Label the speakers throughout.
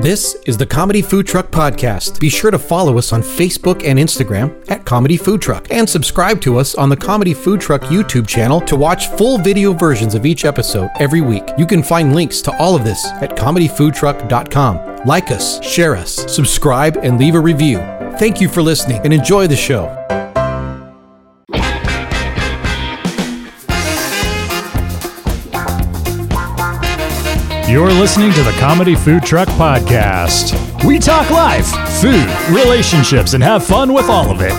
Speaker 1: This is the Comedy Food Truck Podcast. Be sure to follow us on Facebook and Instagram at Comedy Food Truck and subscribe to us on the Comedy Food Truck YouTube channel to watch full video versions of each episode every week. You can find links to all of this at comedyfoodtruck.com. Like us, share us, subscribe, and leave a review. Thank you for listening and enjoy the show.
Speaker 2: You're listening to the Comedy Food Truck Podcast. We talk life, food, relationships, and have fun with all of it.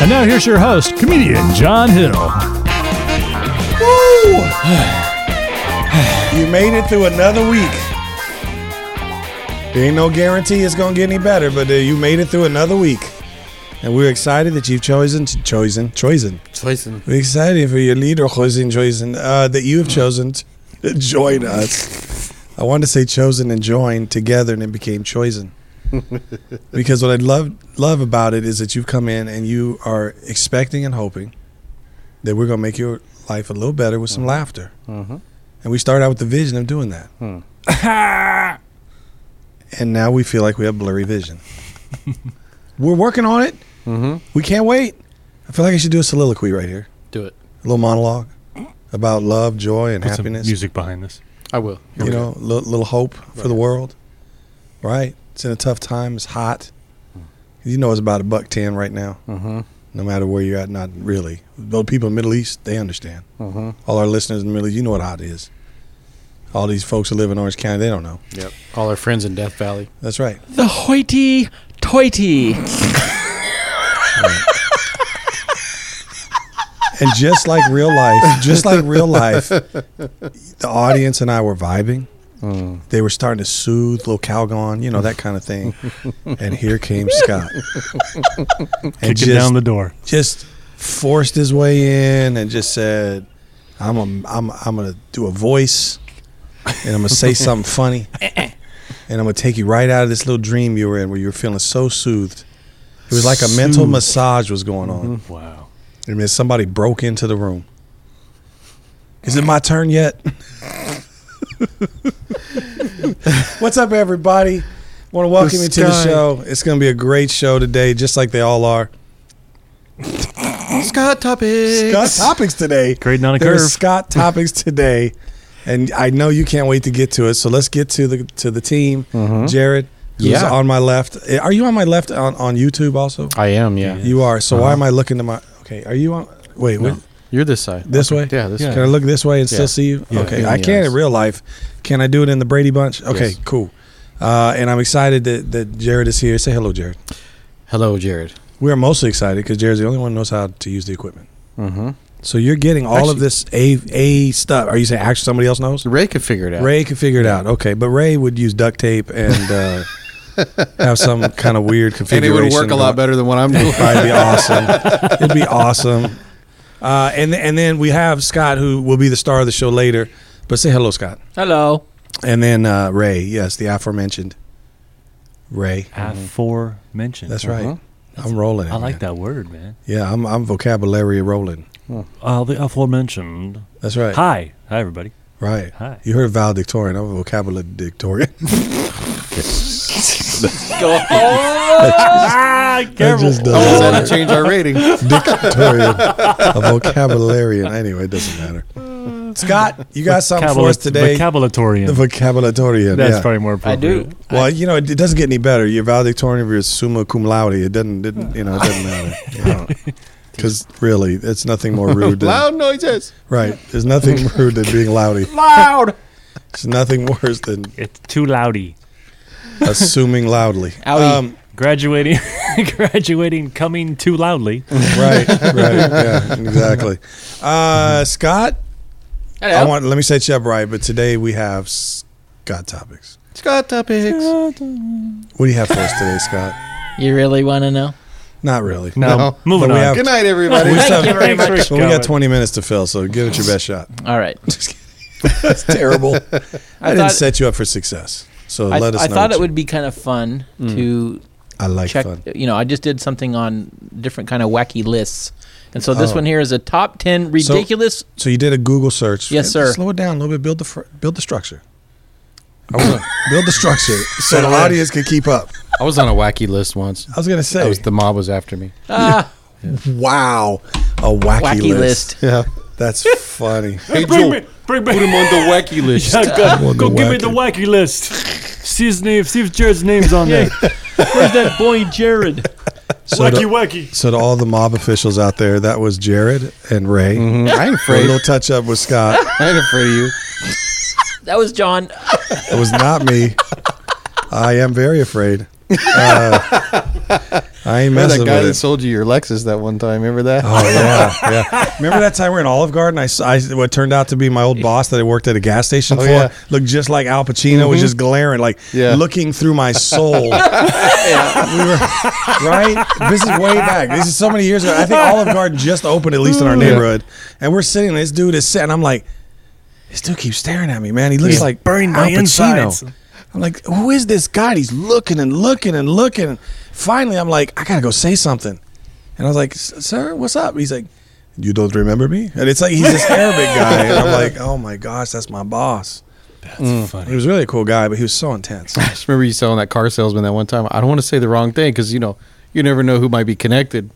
Speaker 2: And now here's your host, comedian John Hill.
Speaker 3: You made it through another week. There ain't no guarantee it's gonna get any better, but uh, you made it through another week, and we're excited that you've chosen, chosen, chosen.
Speaker 4: Choices.
Speaker 3: We're excited for your leader, chosen, chosen, uh, that you have chosen to join us. I wanted to say chosen and join together, and it became chosen. because what I love love about it is that you've come in and you are expecting and hoping that we're gonna make your life a little better with some laughter. And we start out with the vision of doing that. and now we feel like we have blurry vision. We're working on it. We can't wait. I feel like I should do a soliloquy right here,
Speaker 4: Do it.
Speaker 3: a little monologue about love, joy, and happiness.
Speaker 2: music behind this.
Speaker 4: I will.
Speaker 3: You know, a little, little hope for the world. Right? It's in a tough time. It's hot. You know, it's about a buck ten right now.
Speaker 4: Hmm. Mm-hmm.
Speaker 3: No matter where you're at, not really. Though people in the Middle East, they understand.
Speaker 4: Mm-hmm.
Speaker 3: All our listeners in the Middle East, you know what hot is. All these folks who live in Orange County, they don't know.
Speaker 4: Yep. All our friends in Death Valley.
Speaker 3: That's right.
Speaker 4: The hoity toity.
Speaker 3: And just like real life, just like real life, the audience and I were vibing.
Speaker 4: Mm.
Speaker 3: They were starting to soothe little Calgon, you know, that kind of thing. And here came Scott.
Speaker 2: Kicking
Speaker 3: And just,
Speaker 2: down the door.
Speaker 3: just forced his way in and just said, I'm a, I'm I'm gonna do a voice and I'm gonna say something funny. And I'm gonna take you right out of this little dream you were in where you were feeling so soothed. It was like a mental
Speaker 2: Soothed.
Speaker 3: massage was going on.
Speaker 2: Wow.
Speaker 3: And then somebody broke into the room. Is it my turn yet? What's up, everybody? Want to welcome you to the
Speaker 4: sky.
Speaker 3: show. It's going to be a great show today, just like they all are.
Speaker 4: Scott topics.
Speaker 3: Scott topics today.
Speaker 2: Grading on a
Speaker 3: There's
Speaker 2: curve.
Speaker 3: Scott topics today, and I know you can't wait to get to it. So let's get to the to the team.
Speaker 2: Mm-hmm.
Speaker 3: Jared, who's
Speaker 4: Yeah.
Speaker 3: on my left. Eh, Are you on my left on, on YouTube also?
Speaker 4: I am. Yeah.
Speaker 3: You are. So why am I looking to my? Okay, are you on? Wait,
Speaker 4: Uh-huh. No.
Speaker 3: wait
Speaker 4: You're this side.
Speaker 3: this way.
Speaker 4: Yeah. This.
Speaker 3: Can I
Speaker 4: Side.
Speaker 3: look this way and
Speaker 4: Yeah.
Speaker 3: still see you?
Speaker 4: Yeah.
Speaker 3: Okay,
Speaker 4: Yeah.
Speaker 3: I can
Speaker 4: Yes.
Speaker 3: in real life. Can I do it in the Brady Bunch? Okay,
Speaker 4: Yes.
Speaker 3: cool. Uh, and I'm excited that, that Jared is here. Say hello, Jared.
Speaker 4: Hello, Jared.
Speaker 3: We are mostly excited because Jared's the only one who knows how to use the equipment.
Speaker 4: Mm-hmm.
Speaker 3: So you're getting all of
Speaker 4: Actually-
Speaker 3: this A A stuff. Are you saying actually somebody else knows?
Speaker 4: Ray could figure it out.
Speaker 3: Ray could figure it out. Okay, but Ray would use duct tape and uh, have some kind of weird
Speaker 4: And it
Speaker 3: configuration.
Speaker 4: would work a lot better than what I'm doing.
Speaker 3: It'd be awesome. It'd be awesome. Uh, and and then we have Scott, who will be the star of the show later. But say hello, Scott.
Speaker 5: Hello.
Speaker 3: And then uh, Ray, yes, the aforementioned Ray.
Speaker 2: Aforementioned.
Speaker 3: Mm-hmm. That's right. I'm rolling. Uh-huh.
Speaker 5: I
Speaker 3: It,
Speaker 5: like
Speaker 3: man.
Speaker 5: that word, man.
Speaker 3: Yeah, I'm I'm vocabulary rolling.
Speaker 5: Uh, the aforementioned.
Speaker 3: That's right.
Speaker 5: Hi. Hi, everybody.
Speaker 3: Right.
Speaker 5: Hi.
Speaker 3: You heard valedictorian. I'm a valedictorian.
Speaker 5: Ah,
Speaker 3: that
Speaker 5: careful.
Speaker 3: just does
Speaker 4: Had to change our rating.
Speaker 3: dictorian. a vocabularian. Anyway, it doesn't matter. Scott, you got something for us today?
Speaker 2: Vocabulatorian.
Speaker 3: the vocabulatorian.
Speaker 2: That's
Speaker 3: yeah.
Speaker 2: probably more appropriate.
Speaker 3: Well, you know, it, it doesn't get any better. You're valedictorian of your summa cum laude. It doesn't, didn't, you know, it doesn't matter. Because really, it's nothing more rude than
Speaker 4: Loud noises.
Speaker 3: right. There's nothing rude than being loudy.
Speaker 5: Loud.
Speaker 3: It's nothing worse than
Speaker 5: It's too loudy.
Speaker 3: assuming loudly. Um,
Speaker 5: Graduating, graduating, coming too loudly.
Speaker 3: right, right, yeah, exactly. Uh, Scott, I want. Let me set you up right. But today we have Scott topics.
Speaker 4: Scott topics.
Speaker 3: What do you have for us today, Scott?
Speaker 6: You really want to know?
Speaker 3: Not really.
Speaker 2: Now,
Speaker 4: No.
Speaker 2: moving
Speaker 3: But we
Speaker 2: on.
Speaker 3: have-
Speaker 4: Good night, everybody.
Speaker 3: We
Speaker 6: Thank
Speaker 3: have-
Speaker 6: you very
Speaker 5: Thanks
Speaker 6: much.
Speaker 5: for
Speaker 3: Well, we
Speaker 5: coming.
Speaker 3: got 20 minutes to fill, so give it your best shot.
Speaker 6: All right.
Speaker 3: That's terrible. I, didn't
Speaker 6: thought-
Speaker 3: set you up for success. So
Speaker 6: I,
Speaker 3: let us
Speaker 6: I
Speaker 3: know.
Speaker 6: thought
Speaker 3: what
Speaker 6: it
Speaker 3: you-
Speaker 6: would be kind of fun to
Speaker 3: I like
Speaker 6: check.
Speaker 3: fun.
Speaker 6: You know, I just did something on different kind of wacky lists, and so this
Speaker 3: Oh.
Speaker 6: one here is a top ten ridiculous.
Speaker 3: So you did a Google search.
Speaker 6: Yes,
Speaker 3: Yeah,
Speaker 6: sir.
Speaker 3: Slow it down a little bit. Build the fr- build the structure. I was build the structure so the audience can keep up.
Speaker 4: I was on a wacky list once.
Speaker 3: I was gonna say,
Speaker 4: That was the mob was after me.
Speaker 3: wow, a wacky,
Speaker 6: Wacky list.
Speaker 4: Yeah.
Speaker 3: That's funny.
Speaker 4: Hey,
Speaker 5: Bring
Speaker 4: Joe,
Speaker 5: me, bring
Speaker 4: put
Speaker 5: me.
Speaker 4: him on the wacky list.
Speaker 5: Yeah, go
Speaker 3: on the
Speaker 5: go give me the wacky list. See his name. See if Jared's name's on there. Where's that boy Jared?
Speaker 3: So
Speaker 5: wacky,
Speaker 3: to,
Speaker 5: wacky.
Speaker 3: so to all the mob officials out there, that was Jared and Ray.
Speaker 6: Mm-hmm.
Speaker 4: I ain't
Speaker 3: A
Speaker 4: afraid.
Speaker 3: little touch up with Scott.
Speaker 4: I ain't afraid of you.
Speaker 6: That was John.
Speaker 3: It was not me. I am very afraid. Uh, I ain't
Speaker 4: Remember
Speaker 3: messing
Speaker 4: that guy that
Speaker 3: with it.
Speaker 4: sold you your Lexus that one time? Remember that?
Speaker 3: Oh yeah, yeah. Remember that time we were in Olive Garden? I, s- I- what turned out to be my old boss that I worked at a gas station for
Speaker 4: yeah.
Speaker 3: looked just like Al Pacino was just glaring, like
Speaker 4: Yeah.
Speaker 3: looking through my soul. We were right. This is way back. This is so many years ago. I think Olive Garden just opened at least in our neighborhood, and we're sitting. and This dude is sitting. I'm like, this dude keeps staring at me, man. He looks like
Speaker 5: burning
Speaker 3: Al
Speaker 5: my
Speaker 3: Pacino.
Speaker 5: insides.
Speaker 3: I'm like, who is this guy? And He's looking and looking and looking. Finally, I'm like, I gotta go say something. And I was like, "S- sir, what's up? He's like, you don't remember me? And it's like he's this Arabic guy. And I'm like, oh my gosh, that's my boss. That's funny. He was really a cool guy, but he was so intense.
Speaker 4: I just remember you selling that car salesman that one time. I don't want to say the wrong thing because you know you never know who might be connected.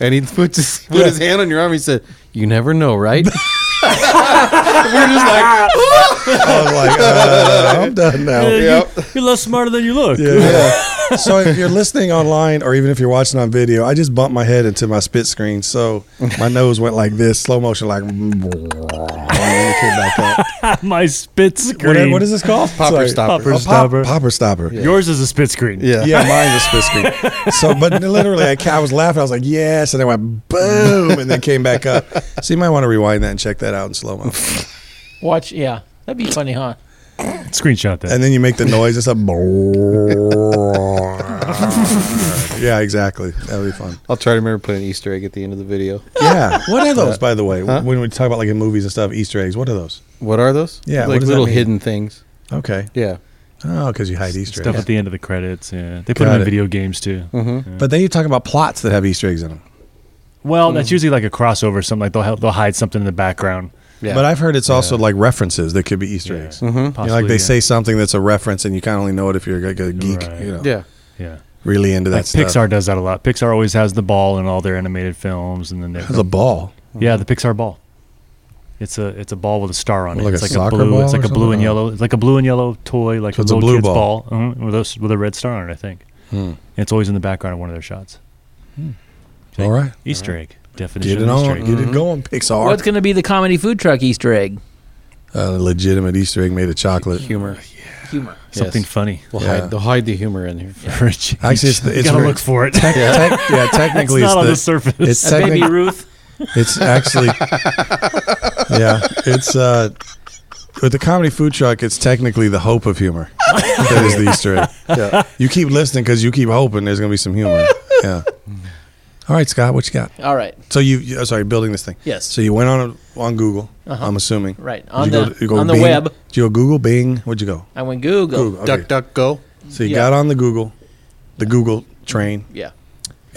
Speaker 4: And he puts his, put his hand on your arm. He said, "You never know, right?" We're just like,
Speaker 3: I was like, uh, I'm done now.
Speaker 5: Yeah,
Speaker 4: Yep.
Speaker 5: you, you're less smarter than you look.
Speaker 3: Yeah. so if you're listening online or even if you're watching on video, I just bumped my head into my spit screen. So my nose went like this, slow motion, like. and then it came back up.
Speaker 5: my spit
Speaker 3: What,
Speaker 5: screen.
Speaker 3: what is this called?
Speaker 4: Popper
Speaker 3: Sorry.
Speaker 4: stopper.
Speaker 5: Popper
Speaker 3: Oh, pop-
Speaker 5: stopper.
Speaker 3: popper stopper. Yeah.
Speaker 5: Yours is a spit screen.
Speaker 4: yeah,
Speaker 3: mine's a spit screen. So, but literally, I, ca- I was laughing. I was like, "Yes," and I went boom, and then came back up. So you might want to rewind that and check that out in slow mo.
Speaker 6: Watch. Yeah, that'd be funny, huh?
Speaker 5: Screenshot that.
Speaker 3: And then you make the noise. It's a yeah, exactly. That would be fun.
Speaker 4: I'll try to remember to put an Easter egg at the end of the video.
Speaker 3: Yeah. What are those, by the way? When we talk about like in movies and stuff, Easter eggs. What are those?
Speaker 4: What are those?
Speaker 3: Yeah, what
Speaker 4: like
Speaker 3: does that
Speaker 4: little
Speaker 3: mean?
Speaker 4: hidden things.
Speaker 3: Okay.
Speaker 4: Yeah,
Speaker 3: Oh, because you hide Easter
Speaker 5: Stuff
Speaker 3: eggs.
Speaker 5: at the end of the credits. Yeah, they put
Speaker 3: Got
Speaker 5: them in
Speaker 3: it. Mm-hmm.
Speaker 5: video games too.
Speaker 3: But Mm-hmm. then you talk about plots that have Easter eggs in them.
Speaker 5: Well, that's usually like a crossover. or Something like they'll have, they'll hide something in the background.
Speaker 4: yeah.
Speaker 3: But I've heard it's also like references that could be Easter eggs. Mm-hmm. You know,
Speaker 5: Possibly,
Speaker 3: like they
Speaker 5: yeah.
Speaker 3: say something that's a reference, and you kind of only know it if you're like a geek.
Speaker 5: Right.
Speaker 3: You know,
Speaker 4: yeah,
Speaker 5: Yeah.
Speaker 3: really into that
Speaker 5: Like
Speaker 3: stuff.
Speaker 5: Pixar does that a lot. Pixar always has the ball in all their animated films, and then they
Speaker 3: That's a ball.
Speaker 5: yeah the Pixar ball. It's a it's a ball with a star on it.
Speaker 3: Like
Speaker 5: it's
Speaker 3: a
Speaker 5: like a
Speaker 3: soccer
Speaker 5: blue.
Speaker 3: ball
Speaker 5: it's like
Speaker 3: or
Speaker 5: a blue
Speaker 3: something?
Speaker 5: and yellow. It's like a blue and yellow toy, like
Speaker 3: So
Speaker 5: a
Speaker 3: it's a
Speaker 5: little
Speaker 3: blue
Speaker 5: kid's
Speaker 3: ball. Hmm.
Speaker 5: ball, Mhm, with, a, with a red star on it. I think it's always in the background of one of their shots.
Speaker 3: All right.
Speaker 5: Easter egg definition.
Speaker 3: Get it
Speaker 5: of Easter
Speaker 3: on.
Speaker 5: egg.
Speaker 3: Get it going, Pixar.
Speaker 6: What's gonna be the comedy food truck Easter egg?
Speaker 3: a legitimate Easter egg made of chocolate.
Speaker 4: humor.
Speaker 6: Humor.
Speaker 5: Something
Speaker 4: Yes.
Speaker 5: funny.
Speaker 4: We'll
Speaker 3: Yeah.
Speaker 4: hide, they'll hide the humor in here.
Speaker 5: For a change.
Speaker 3: Actually, it's the-
Speaker 5: You
Speaker 3: it's
Speaker 5: gotta
Speaker 3: re-
Speaker 5: look for it.
Speaker 3: Tec- tec- yeah, technically
Speaker 5: It's not on the
Speaker 3: it's,
Speaker 5: surface.
Speaker 3: it's
Speaker 6: That baby
Speaker 3: technic-
Speaker 6: Ruth.
Speaker 3: It's actually, yeah, it's uh, with the comedy food truck. It's technically the hope of humor that is the Easter egg. Yeah. You keep listening because you keep hoping there's gonna be some humor. Yeah. All right, Scott, what you got?
Speaker 6: All right.
Speaker 3: So you, you oh, sorry, building this thing.
Speaker 6: Yes.
Speaker 3: So you went on on Google. I'm assuming.
Speaker 6: Right.
Speaker 3: Did
Speaker 6: On
Speaker 3: you go
Speaker 6: the-
Speaker 3: to- you go
Speaker 6: on the
Speaker 3: Bing?
Speaker 6: web.
Speaker 3: Did you go Google Bing? Where'd you go?
Speaker 6: I went Google.
Speaker 3: Google. okay.
Speaker 4: Duck, duck, go.
Speaker 3: So you
Speaker 6: yeah.
Speaker 3: got on the Google, the Google train,
Speaker 6: Yeah.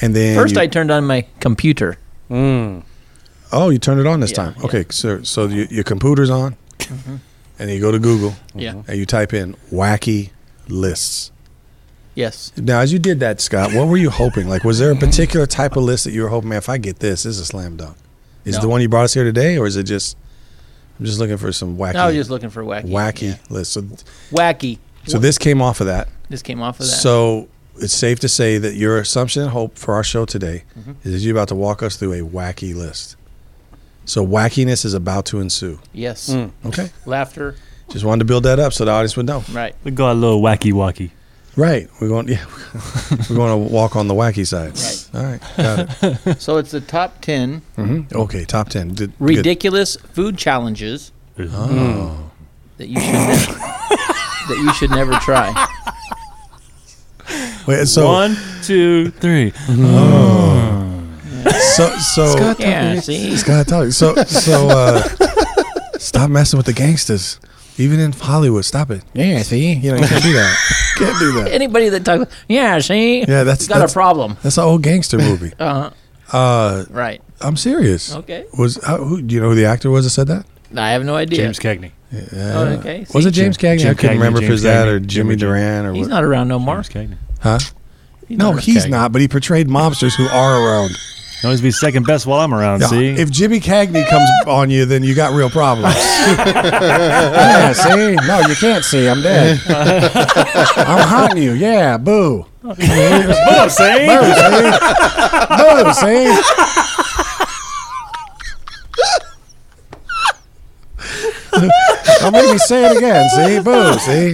Speaker 3: and then
Speaker 6: First,
Speaker 3: you-
Speaker 6: I turned on my computer.
Speaker 3: Oh, you turned it on this
Speaker 6: Yeah,
Speaker 3: time.
Speaker 6: yeah. Mm-hmm.
Speaker 3: Okay, so so you, your computer's on, and you go to Google,
Speaker 6: Yeah.
Speaker 3: and you type in wacky lists.
Speaker 6: Yes.
Speaker 3: Now, as you did that, Scott, what were you hoping? Like, was there a particular type of list that you were hoping? Man, if I get this, this is a slam dunk. Is it
Speaker 6: No.
Speaker 3: the one you brought us here today, or is it just? I'm just looking for some wacky,
Speaker 6: I was just looking for wacky.
Speaker 3: wacky
Speaker 6: Yeah.
Speaker 3: lists. So,
Speaker 6: Wacky.
Speaker 3: so this came off of that.
Speaker 6: This came off of that.
Speaker 3: So it's safe to say that your assumption and hope for our show today
Speaker 6: Mm-hmm.
Speaker 3: is that you're about to walk us through a wacky list. So wackiness is about to ensue.
Speaker 6: yes.
Speaker 3: Okay.
Speaker 6: Laughter.
Speaker 3: Just wanted to build that up so the audience would know.
Speaker 6: Right.
Speaker 5: We got a little wacky wacky.
Speaker 3: Right. We're going yeah. We're going to walk on the wacky side.
Speaker 6: Right.
Speaker 3: All right. Got it.
Speaker 6: So it's the top 10
Speaker 3: Okay, top 10. Did, good.
Speaker 6: ridiculous food challenges
Speaker 3: Oh.
Speaker 6: that you should never, that you should never try.
Speaker 3: Wait, so
Speaker 5: One, two, three.
Speaker 3: so so Scott,
Speaker 6: Yeah, see?
Speaker 3: talk. So so uh stop messing with the gangsters. Even in Hollywood, stop it. Yeah, see? You know, you can't do that. can't do that.
Speaker 6: Anybody that talks, yeah, see?
Speaker 3: Yeah, that's
Speaker 6: got
Speaker 3: that's,
Speaker 6: a problem.
Speaker 3: that's an old gangster movie.
Speaker 6: Uh-huh.
Speaker 3: Uh
Speaker 6: Right.
Speaker 3: I'm serious.
Speaker 6: Okay.
Speaker 3: Was uh, who do you know who the actor was that said that?
Speaker 6: I have no idea.
Speaker 5: James Cagney.
Speaker 6: Oh, okay.
Speaker 3: Was
Speaker 6: see?
Speaker 3: it James Cagney?
Speaker 2: Jim
Speaker 3: I couldn't
Speaker 2: Cagney,
Speaker 3: remember if it
Speaker 2: James
Speaker 3: was that
Speaker 2: Cagney,
Speaker 3: or Jimmy
Speaker 2: Jimmy Jam.
Speaker 3: Duran or
Speaker 6: He's
Speaker 3: what.
Speaker 6: not around no more.
Speaker 5: James Cagney.
Speaker 3: Huh? No, he's not. But he portrayed mobsters who are around.
Speaker 5: Can always be second best while I'm around.
Speaker 3: Yeah,
Speaker 5: See,
Speaker 3: If Jimmy Cagney comes on you, then you got real problems. yeah, see? No, you can't see. I'm dead. I'm hunting you. Yeah, boo. boo,
Speaker 5: Boom, see?
Speaker 3: see? Boo, see? Don't make me say it again, see? Boo, see?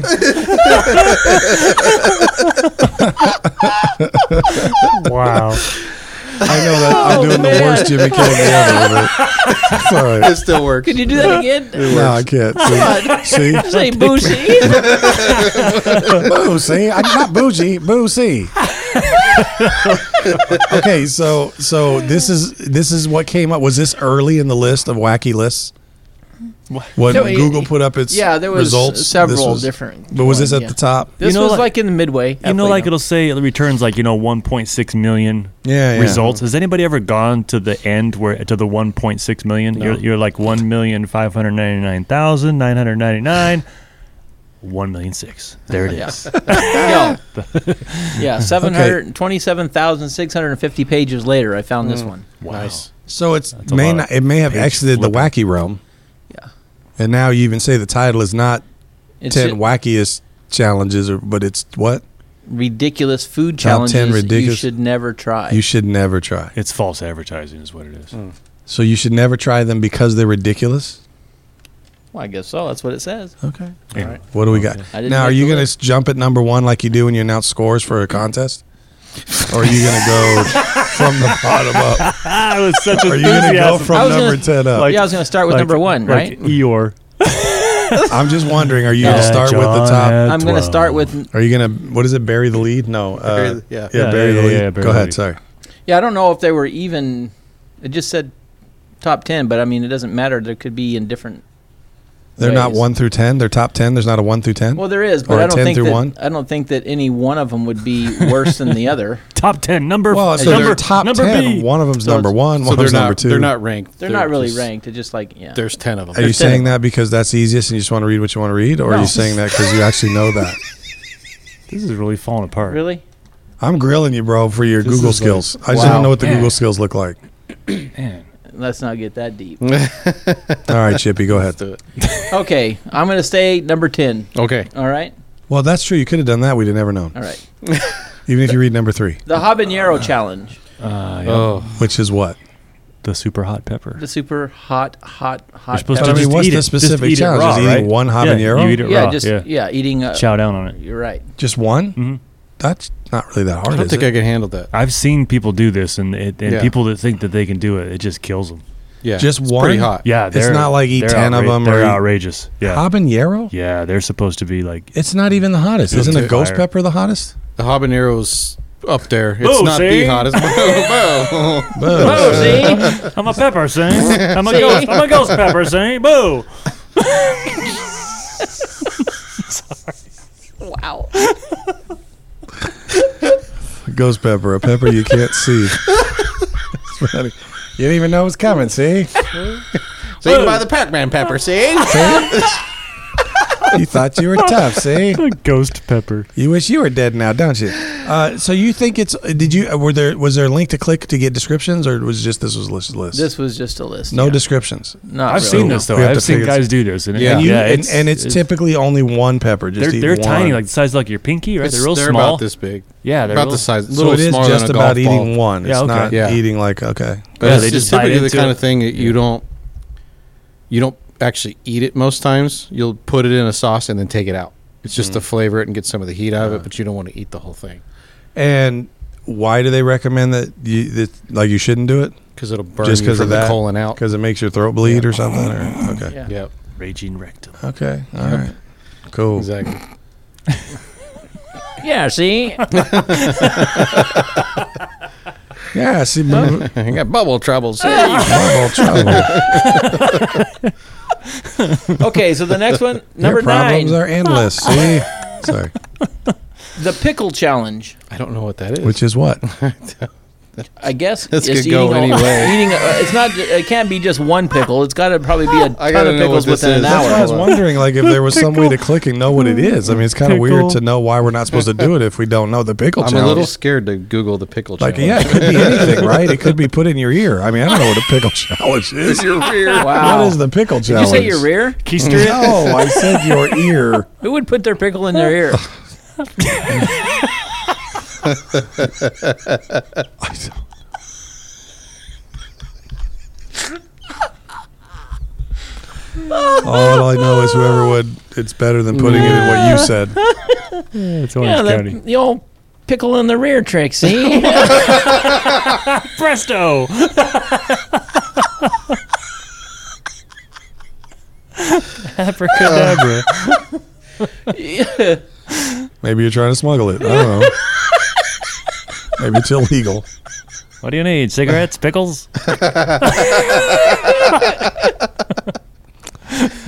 Speaker 5: wow.
Speaker 3: I know that I'm doing the worst Jimmy Cagney ever. But it's all right.
Speaker 4: It still works.
Speaker 6: Could you do that again?
Speaker 3: No, I can't. See? see?
Speaker 6: Say Boosie.
Speaker 3: Boo, see, I'm not bougie. Boo, see. okay, so so this is this is what came up. Was this early in the list of wacky lists? When
Speaker 6: No, it-
Speaker 3: Google put up its
Speaker 6: yeah, there was
Speaker 3: results, this
Speaker 6: several
Speaker 3: was-
Speaker 6: different.
Speaker 3: But was this at
Speaker 6: ones, yeah.
Speaker 3: the top?
Speaker 6: This
Speaker 5: know,
Speaker 6: was
Speaker 5: like-
Speaker 6: like, in the midway.
Speaker 5: You know, like it'll say it returns like you know 1.6 million
Speaker 3: Yeah, yeah.
Speaker 5: results. Has anybody ever gone to the end where to the 1.6 million? You're, you're like 1,599,999. 1 million six. There it is.
Speaker 6: Yeah. no. yeah, seven hundred twenty-seven thousand six hundred fifty pages later, I found
Speaker 3: Mm.
Speaker 6: this one.
Speaker 5: Wow.
Speaker 3: So it's
Speaker 5: a
Speaker 3: may
Speaker 5: lot
Speaker 3: not,
Speaker 5: of
Speaker 3: it may have
Speaker 5: page
Speaker 3: exited the wacky realm.
Speaker 6: Yeah.
Speaker 3: And now you even say the title is not
Speaker 6: It's
Speaker 3: ten
Speaker 6: ju-
Speaker 3: wackiest challenges, or but it's what
Speaker 6: ridiculous food
Speaker 3: Top 10
Speaker 6: challenges you
Speaker 3: ridiculous-
Speaker 6: should never try.
Speaker 3: you should never try.
Speaker 5: It's false advertising, is what it is.
Speaker 3: So you should never try them because they're ridiculous.
Speaker 6: well, I guess so. That's what it says.
Speaker 3: Okay.
Speaker 5: Anyway.
Speaker 3: What do we got?
Speaker 6: I didn't
Speaker 3: Now, are
Speaker 6: make
Speaker 3: you
Speaker 6: the
Speaker 3: going to
Speaker 6: list.
Speaker 3: jump at number one like you do when you announce scores for a contest? Or are you going to go from the bottom up?
Speaker 5: Ah, it was such
Speaker 3: Are you going to go
Speaker 5: enthusiasm.
Speaker 3: from
Speaker 6: I was
Speaker 3: number
Speaker 6: gonna-
Speaker 3: 10 up?
Speaker 5: Like-
Speaker 6: yeah, I was going to start with
Speaker 5: Like-
Speaker 6: number one,
Speaker 5: like
Speaker 6: right?
Speaker 5: Eeyore.
Speaker 3: I'm just wondering, are you going
Speaker 5: Yeah,
Speaker 3: to start with the
Speaker 5: John
Speaker 3: top?
Speaker 5: had
Speaker 6: I'm going to
Speaker 5: 12.
Speaker 6: start with.
Speaker 3: Are you going to, what is it, bury the lead? No. Uh,
Speaker 4: Bury the- yeah.
Speaker 3: Yeah,
Speaker 5: Yeah,
Speaker 3: bury
Speaker 5: yeah,
Speaker 3: the lead.
Speaker 5: yeah, yeah, bury the
Speaker 3: go ahead,
Speaker 5: lead.
Speaker 3: sorry.
Speaker 6: Yeah, I don't know if they were even. It just said top 10, but I mean, it doesn't matter. There could be in different.
Speaker 3: They're not
Speaker 6: ways.
Speaker 3: 1 through 10. They're top 10. There's not a 1 through 10.
Speaker 6: Well, there is, but
Speaker 3: Or
Speaker 6: I don't
Speaker 3: 10
Speaker 6: think
Speaker 3: through
Speaker 6: that,
Speaker 3: one?
Speaker 6: I don't think that any one of them would be worse than the other.
Speaker 5: Top 10, number
Speaker 3: well, so
Speaker 5: number,
Speaker 3: they're top
Speaker 5: number
Speaker 3: 10.
Speaker 5: B.
Speaker 3: One of them's
Speaker 4: So
Speaker 3: number
Speaker 4: it's-
Speaker 3: one,
Speaker 4: so
Speaker 3: one of
Speaker 4: they're
Speaker 3: them's
Speaker 4: not,
Speaker 3: number two.
Speaker 4: They're not ranked.
Speaker 6: They're, not really
Speaker 4: just-
Speaker 6: ranked. It's just like yeah.
Speaker 4: There's ten of them.
Speaker 3: Are you
Speaker 6: They're
Speaker 3: saying
Speaker 6: ten.
Speaker 3: that because that's the easiest and you just want to read what you want to read? Or are you
Speaker 6: No.
Speaker 3: saying that because you actually know that?
Speaker 5: This is really falling apart.
Speaker 6: Really?
Speaker 3: I'm grilling you, bro, for your
Speaker 4: This
Speaker 3: Google
Speaker 4: is like-
Speaker 3: skills. I just
Speaker 6: Wow.
Speaker 3: don't know what the
Speaker 5: Man.
Speaker 3: Google skills look like.
Speaker 5: Man.
Speaker 6: Let's not get that deep.
Speaker 3: All right, Chippy, go ahead.
Speaker 6: Okay, I'm going to say number 10.
Speaker 4: okay.
Speaker 6: All right?
Speaker 3: Well, that's true. You could have done that. We'd have never known.
Speaker 6: All right.
Speaker 3: Even if you read number three,
Speaker 6: The habanero challenge.
Speaker 5: Uh, yeah.
Speaker 4: Oh,
Speaker 3: which is what?
Speaker 5: The super hot pepper.
Speaker 6: The super hot hot hot
Speaker 5: You're supposed
Speaker 3: But
Speaker 5: to
Speaker 3: I mean,
Speaker 5: just
Speaker 3: what's
Speaker 5: eat
Speaker 3: the
Speaker 5: it. Just
Speaker 3: specific
Speaker 5: eat it
Speaker 3: challenge?
Speaker 5: raw,
Speaker 3: Is eating
Speaker 5: right?
Speaker 3: one
Speaker 5: Yeah,
Speaker 3: habanero?
Speaker 5: you eat it
Speaker 6: yeah,
Speaker 5: raw.
Speaker 6: just
Speaker 5: yeah.
Speaker 6: yeah, eating a
Speaker 5: Chow down on it.
Speaker 6: You're right.
Speaker 3: Just one?
Speaker 5: Mhm.
Speaker 3: That's not really that hard.
Speaker 4: I don't
Speaker 3: is
Speaker 4: think
Speaker 3: it?
Speaker 4: I can handle that.
Speaker 5: I've seen people do this, and it, and
Speaker 4: Yeah.
Speaker 5: people that think that they can do it, it just kills them.
Speaker 4: Yeah.
Speaker 3: Just
Speaker 4: it's
Speaker 3: one?
Speaker 4: Pretty hot.
Speaker 5: Yeah,
Speaker 3: It's not like eat
Speaker 5: they're
Speaker 3: 10 of
Speaker 5: outra-
Speaker 3: them or
Speaker 5: They're
Speaker 3: eat-
Speaker 5: outrageous. Yeah,
Speaker 3: habanero.
Speaker 5: yeah, they're supposed to be like.
Speaker 3: It's not even the hottest.
Speaker 5: It's
Speaker 3: Isn't a
Speaker 5: too
Speaker 3: ghost
Speaker 5: fire.
Speaker 3: pepper the hottest?
Speaker 4: The habanero's up there. It's
Speaker 5: Boo,
Speaker 4: not
Speaker 5: see?
Speaker 4: the hottest. Boo, boo.
Speaker 6: Oh, see?
Speaker 5: I'm a pepper, see? I'm a ghost. I'm a ghost pepper, see? Boo!
Speaker 6: wow.
Speaker 3: Ghost pepper, a pepper you can't see. It's funny. You didn't even know it was coming. See,
Speaker 4: So you can buy the Pac-Man pepper. See?
Speaker 3: you thought you were tough. See,
Speaker 5: A ghost pepper.
Speaker 3: you wish you were dead now, don't you? Uh, so you think it's? Did you? Were there? Was there a link to click to get descriptions, or was just this was listed list?
Speaker 6: This was just a list.
Speaker 3: no
Speaker 6: yeah.
Speaker 3: descriptions.
Speaker 6: Not
Speaker 5: I've
Speaker 6: really.
Speaker 5: seen this though.
Speaker 3: We have
Speaker 5: I've
Speaker 3: to
Speaker 5: seen
Speaker 3: figure
Speaker 5: guys do this, and
Speaker 4: Yeah.
Speaker 5: yeah,
Speaker 3: And, you,
Speaker 5: yeah,
Speaker 3: and, and it's, typically only one pepper. Just
Speaker 5: they're,
Speaker 3: eat
Speaker 5: they're
Speaker 3: one.
Speaker 5: tiny, like the size like your pinky, right?
Speaker 4: It's-
Speaker 5: they're real
Speaker 4: they're
Speaker 5: small.
Speaker 4: about this big.
Speaker 5: Yeah, they're
Speaker 4: about
Speaker 5: real,
Speaker 4: the size. A
Speaker 3: so
Speaker 4: little
Speaker 3: it is
Speaker 4: smaller
Speaker 3: just
Speaker 4: than a golf
Speaker 3: about
Speaker 4: ball.
Speaker 3: eating one.
Speaker 5: Yeah,
Speaker 3: it's
Speaker 5: okay.
Speaker 3: not
Speaker 4: Yeah.
Speaker 3: eating like okay.
Speaker 4: But
Speaker 5: Yeah,
Speaker 4: it's
Speaker 5: they
Speaker 4: just
Speaker 5: just bite
Speaker 4: typically the
Speaker 5: into
Speaker 4: kind
Speaker 5: it.
Speaker 4: of thing that you don't you don't actually eat it most times. You'll put it in a sauce and then take it out. It's just
Speaker 3: Mm-hmm.
Speaker 4: to flavor it and get some of the heat out of it, but you don't want to eat the whole thing
Speaker 3: And why do they recommend that you that like you shouldn't do it?
Speaker 4: because it'll burn
Speaker 3: Just
Speaker 4: you
Speaker 3: because
Speaker 4: from
Speaker 3: of
Speaker 4: the
Speaker 3: that
Speaker 4: colon out.
Speaker 3: Because it makes your throat bleed or something. Or okay,
Speaker 6: Yeah.
Speaker 4: Yep,
Speaker 5: raging rectum.
Speaker 3: okay, all right, cool.
Speaker 4: exactly.
Speaker 6: Yeah, see?
Speaker 3: Yeah, see, bubble
Speaker 4: I got bubble troubles.
Speaker 3: trouble.
Speaker 6: okay, so the next one, number
Speaker 3: Your problems
Speaker 6: nine,
Speaker 3: are endless. See, sorry,
Speaker 6: the pickle challenge.
Speaker 4: I don't know what that is.
Speaker 3: which is what
Speaker 6: I guess
Speaker 4: This
Speaker 6: it's
Speaker 4: could go
Speaker 6: eating
Speaker 4: any
Speaker 6: all-
Speaker 4: way.
Speaker 6: Eating, uh, it's not. It can't be just one pickle. It's got to probably be a
Speaker 4: I
Speaker 6: ton
Speaker 4: gotta
Speaker 6: of
Speaker 4: know what
Speaker 6: pickles
Speaker 4: this
Speaker 6: within
Speaker 4: is.
Speaker 6: an
Speaker 3: That's why I was
Speaker 6: hour.
Speaker 3: wondering, like, if there was some way to click and know what it is. I mean, it's kind of weird
Speaker 5: Pickle.
Speaker 3: to know why we're not supposed to do it if we don't know the pickle
Speaker 4: I'm a
Speaker 3: challenge.
Speaker 4: little scared to Google the pickle
Speaker 3: like, yeah,
Speaker 4: challenge.
Speaker 3: it could be anything, right? It could be put in your ear. I mean, I don't know what a pickle challenge is.
Speaker 6: Wow.
Speaker 3: What is the pickle
Speaker 6: Did you
Speaker 3: challenge?
Speaker 6: say your rear?
Speaker 5: Keister it?
Speaker 3: No, I said your ear.
Speaker 6: Who would put their pickle in their ear?
Speaker 3: All I know is whoever would, it's better than putting it in what you said.
Speaker 5: It's Orange
Speaker 6: yeah,
Speaker 5: County.
Speaker 6: the, the old pickle in the rear trick. See,
Speaker 5: Presto.
Speaker 6: abracadabra.
Speaker 3: Maybe you're trying to smuggle it. I don't know. Maybe it's illegal.
Speaker 5: What do you need? Cigarettes? Pickles?